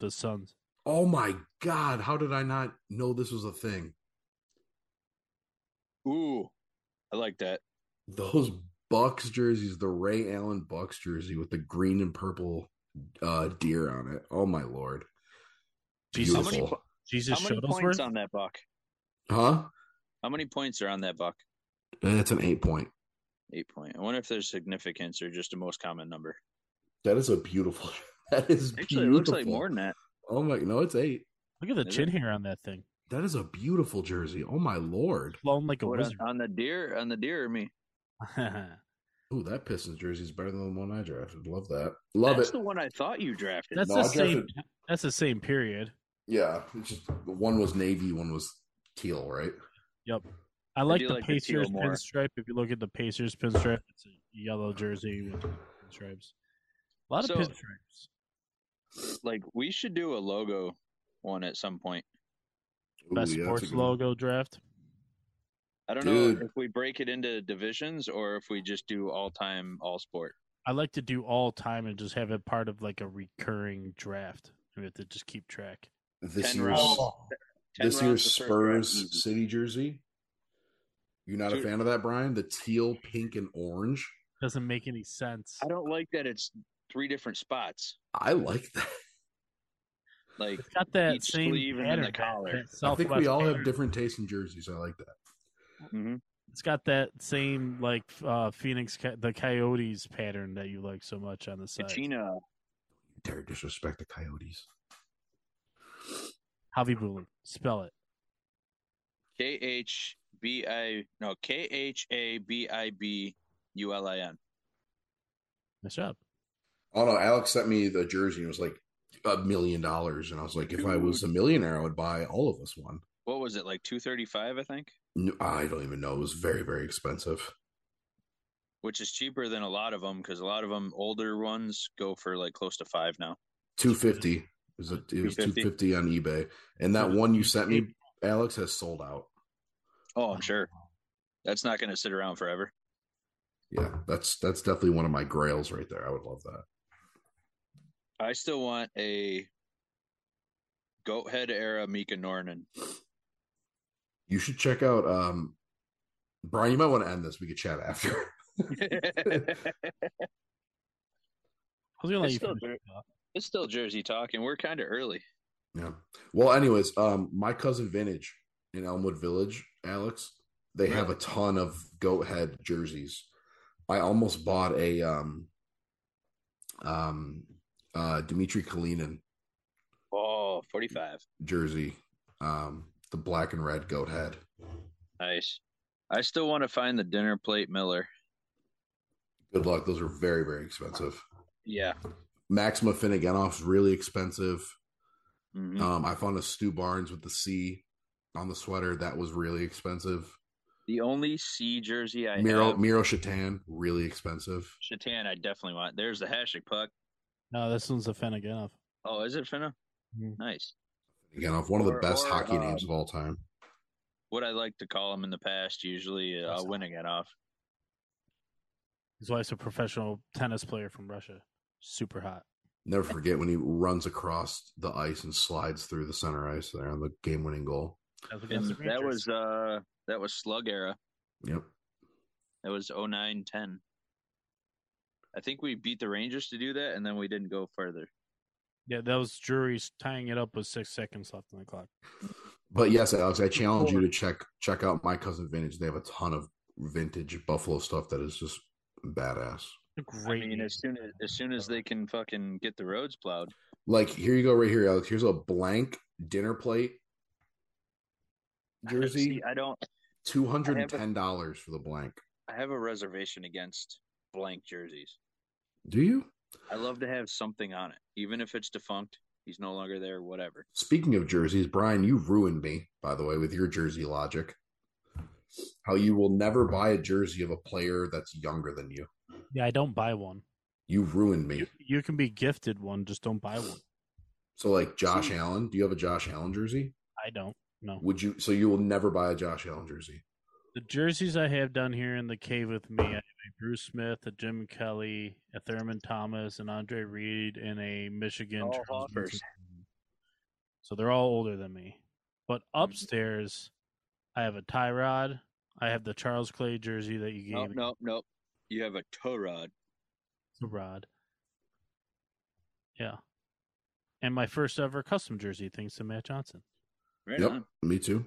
S1: the Suns.
S3: Oh my God! How did I not know this was a thing?
S2: Ooh, I like that.
S3: those Bucks jerseys, the Ray Allen Bucks jersey with the green and purple uh deer on it. Oh my lord.
S1: Jesus,
S2: How many
S3: Beautiful.
S2: po-
S1: Jesus
S2: How many points
S1: Shuttlesworth.
S2: on that buck?
S3: Huh?
S2: How many points are on that buck?
S3: That's an eight point.
S2: Eight point. I wonder if there's significance or just a most common number.
S3: That is a beautiful. That is
S2: Actually, it
S3: beautiful.
S2: looks like more than that.
S3: Oh my! No, it's eight.
S1: Look at the
S2: Is
S1: chin
S2: it?
S1: hair on that thing.
S3: That is a beautiful jersey. Oh my lord!
S1: Flown like a
S2: What, on,
S1: wizard.
S2: on the deer, on the deer or me?
S3: Ooh, that Pistons jersey is better than the one I drafted. Love that. Love
S2: That's
S3: it.
S2: the one I thought you drafted.
S1: that's
S3: No,
S1: the
S3: I
S1: same. That's the same period.
S3: Yeah, it's just one was navy, one was teal, right?
S1: Yep. I like
S2: do
S1: the
S2: like the teal
S1: Pacers
S2: more.
S1: pinstripe. If you look at the Pacers pinstripe, it's a yellow jersey with pinstripes. A lot
S2: So-
S1: of pinstripes.
S2: like we should do a logo one at some point.
S3: Ooh,
S1: Best
S3: yeah, that's a
S1: sports
S3: good one.
S1: logo draft.
S2: I don't
S3: Dude.
S2: know if we break it into divisions or if we just do all time all sport.
S1: I like to do all time and just have it part of like a recurring draft. We have to just keep track.
S3: This
S2: 10
S3: year's
S2: rounds. Ten
S3: this year's
S2: rounds the first round, easy.
S3: Spurs city jersey. You're not a
S2: Dude.
S3: fan of that, Brian? The teal, pink, and orange.
S1: Doesn't make any sense.
S2: I don't like that it's three different spots.
S3: I like that.
S2: Like
S1: It's got that
S2: Each
S1: same
S2: sleeve and then
S1: pattern,
S2: the collar.
S1: that
S3: I think we
S1: Southwest
S3: all have
S1: pattern.
S3: different tastes in jerseys. I like that.
S2: mhm.
S1: It's got that same like uh Phoenix, Co- the Coyotes pattern that you like so much on the side.
S2: Kachina.
S3: Dare disrespect the Coyotes.
S1: Javi Bulin, spell it.
S2: K H B I no K H A B I B U L I N.
S1: Nice job.
S3: Oh no, Alex sent me the jersey and it was like a million dollars. And I was like, if I was a millionaire, I would buy all of us one.
S2: What was it like two thirty five? I think,
S3: No, I don't even know. It was very, very expensive.
S2: which is cheaper than a lot of them because a lot of them older ones go for like close to five now.
S3: Two fifty. It was a, it was two
S2: 250.
S3: fifty on eBay. And that
S1: So-
S3: one you sent me, Alex, has sold out.
S2: Oh, I'm sure that's not going to sit around forever.
S3: Yeah, that's that's definitely one of my grails right there. I would love that.
S2: I still want a goat head era Mika Nornan.
S3: You should check out um Brian, you might want to end this. We could chat after.
S1: I was gonna let
S2: It's
S1: you
S2: still
S1: finish
S2: dirt.
S1: that.
S2: it's still Jersey talk, and we're kind of early.
S3: Yeah. Well, anyways, um, my cousin Vintage in Elmwood Village, Alex, they have a ton of goat head jerseys. I almost bought a um um uh Dimitri Kalinin
S2: Oh, 45.
S3: jersey, um, the black and red goat head.
S2: Nice. I still want to find the dinner plate Miller.
S3: Good luck. Those are very, very expensive.
S2: Yeah.
S3: Maxima Finneganoff's really expensive.
S2: Mhm.
S3: Um, I found a Stu Barnes with the C on the sweater. That was really expensive.
S2: The only C jersey I
S3: Miro
S2: have,
S3: Miro Shatan, really expensive.
S2: Shatan, I definitely want. There's the Hashik puck.
S1: No, this one's a Fenneganoff.
S2: Oh, is it Finna?
S1: Mhm.
S2: Nice.
S3: Again, off one of the
S2: Or-
S3: best
S2: or,
S3: hockey
S2: um,
S3: names of all time.
S2: What I like to call him in the past, usually uh,
S1: That's-
S2: winning it off.
S1: His wife's a professional tennis player from Russia. Super hot.
S3: Never forget when he runs across the ice and slides through the center ice there on the game-winning goal.
S1: That was,
S2: And
S1: against the
S2: that
S1: Rangers.
S2: was uh that was Slug era.
S3: Yep.
S2: That was 09 10. I think we beat the Rangers to do that, and then we didn't go further.
S1: yeah, that was Drury's tying it up with six seconds left on the clock.
S3: But yes, Alex, I challenge you to check check out my cousin Vintage. They have a ton of vintage Buffalo stuff that is just badass.
S1: Great.
S2: I mean, as soon as as soon as they can fucking get the roads plowed,
S3: Like here you go, right here, Alex. Here's a blank dinner plate jersey.
S2: See, I don't.
S3: Two hundred and ten dollars for the blank.
S2: I have a reservation against blank jerseys.
S3: Do you?
S2: I love to have something on it, even if it's defunct. He's no longer there. Whatever.
S3: Speaking of jerseys, Brian, you ruined me, by the way, with your jersey logic. How you will never buy a jersey of a player that's younger than you.
S1: yeah, I don't buy one.
S3: You ruined me.
S1: You, you can be gifted one, just don't buy one.
S3: So, like
S2: Hmm.
S3: Josh Allen, do you have a Josh Allen jersey?
S1: I don't. No.
S3: Would you? So, you will never buy a Josh Allen jersey.
S1: The jerseys I have down here in the cave with me, I have a Bruce Smith, a Jim Kelly, a Thurman Thomas, an Andre Reed, and a Michigan.
S2: All
S1: Charles
S2: Hoffers.
S1: Vincent.
S2: Mm-hmm.
S1: So they're all older than me. But upstairs, I have a Tyrod, I have the Charles Clay jersey that you gave
S2: Nope,
S1: me,
S2: nope, nope. You have a tow rod.
S1: the Rod. Yeah. And my first ever custom jersey, thanks to Matt Johnson.
S2: Right
S3: yep,
S2: on.
S3: me too.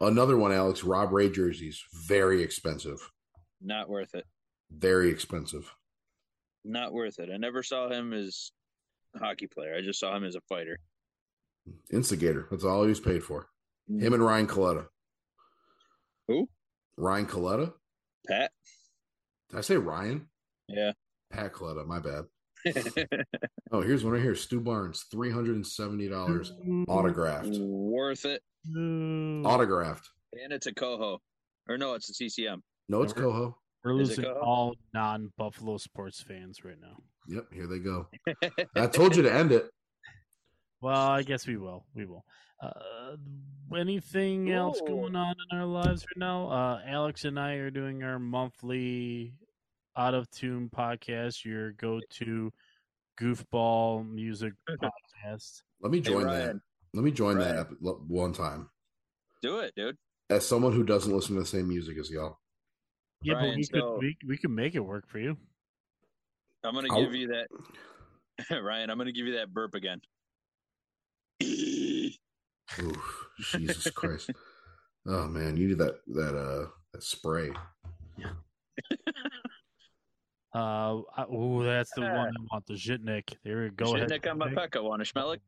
S3: Another one, Alex. Rob Ray jerseys, very expensive,
S2: Not worth it.
S3: very expensive.
S2: Not worth it. I never saw him as a hockey player. I just saw him as a fighter.
S3: Instigator. That's all he was paid for. Him and Ryan Coletta.
S2: Who?
S3: Ryan Coletta.
S2: Pat?
S3: Did I say Ryan?
S2: Yeah.
S3: Pat Coletta. My bad. Oh, here's one right here. Stu Barnes, three hundred and seventy dollars, autographed.
S2: worth it.
S1: Ooh.
S3: Autographed.
S2: And it's a coho. Or no, it's a CCM.
S3: No, it's
S1: Never-
S3: Coho.
S1: We're
S2: Is it
S1: losing
S2: go?
S1: all non Buffalo sports fans right now.
S3: Yep, here they go. I told you to end it.
S1: Well, I guess we will. We will. Uh, anything else
S2: Ooh.
S1: going on in our lives right now? Uh, Alex and I are doing our monthly Out of Tune podcast, your go to goofball music
S2: Mm-hmm.
S1: podcast.
S3: Let me
S2: Hey,
S3: join that.
S2: Ryan,
S3: Let me join that
S2: Ryan.
S3: ep- lo- one time.
S2: do it, dude.
S3: As someone who doesn't listen to the same music as y'all,
S1: Yeah, but
S2: Brian,
S1: we
S2: so-
S1: could we, we could make it work for you.
S2: I'm gonna
S3: I'll-
S2: give you that Ryan, I'm gonna give you that burp again.
S3: Oof, Jesus Christ! Oh man, you did that that uh that spray.
S1: Uh, oh, that's the one I want. The Jitnik. There, go ahead.
S2: Nick on my peck. I want to smell it.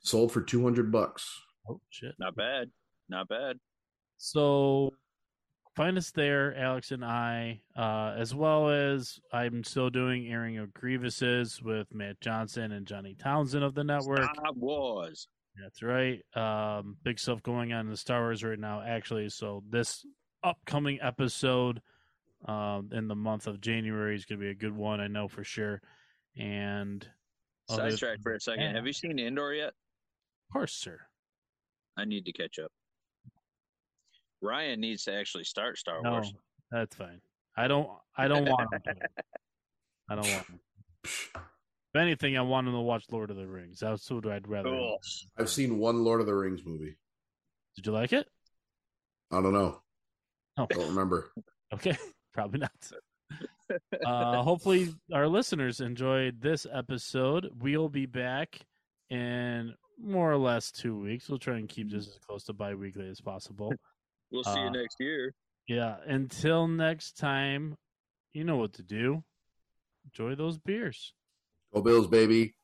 S3: Sold for two hundred bucks.
S1: Oh shit.
S2: Not bad. Not bad.
S1: So find us there, Alex and I, uh, as well as I'm still doing airing of grievances with Matt Johnson and Johnny Townsend of the network.
S2: Star Wars.
S1: That's right. Um, big stuff going on in the Star Wars right now, actually. So this upcoming episode um, in the month of January is going to be a good one, I know for sure. And Oh, there's-
S2: Sidetrack for a second.
S1: Yeah.
S2: Have you seen Indoor yet?
S1: of course, sir.
S2: I need to catch up. Ryan needs to actually start Star
S1: No,
S2: Wars.
S1: that's fine. I don't. I don't want. him to. I don't want. him. If anything, I want him to watch Lord of the Rings. That's what I'd rather.
S2: Cool.
S3: I've seen one Lord of the Rings movie.
S1: Did you like it?
S3: I don't know.
S1: Oh.
S3: Don't remember.
S1: Okay, probably not. uh, hopefully, our listeners enjoyed this episode. We'll be back in more or less two weeks. We'll try and keep this as close to bi weekly as possible.
S2: We'll see
S1: Uh,
S2: you next year.
S1: yeah, until next time, you know what to do. Enjoy those beers.
S3: Go Bills, baby.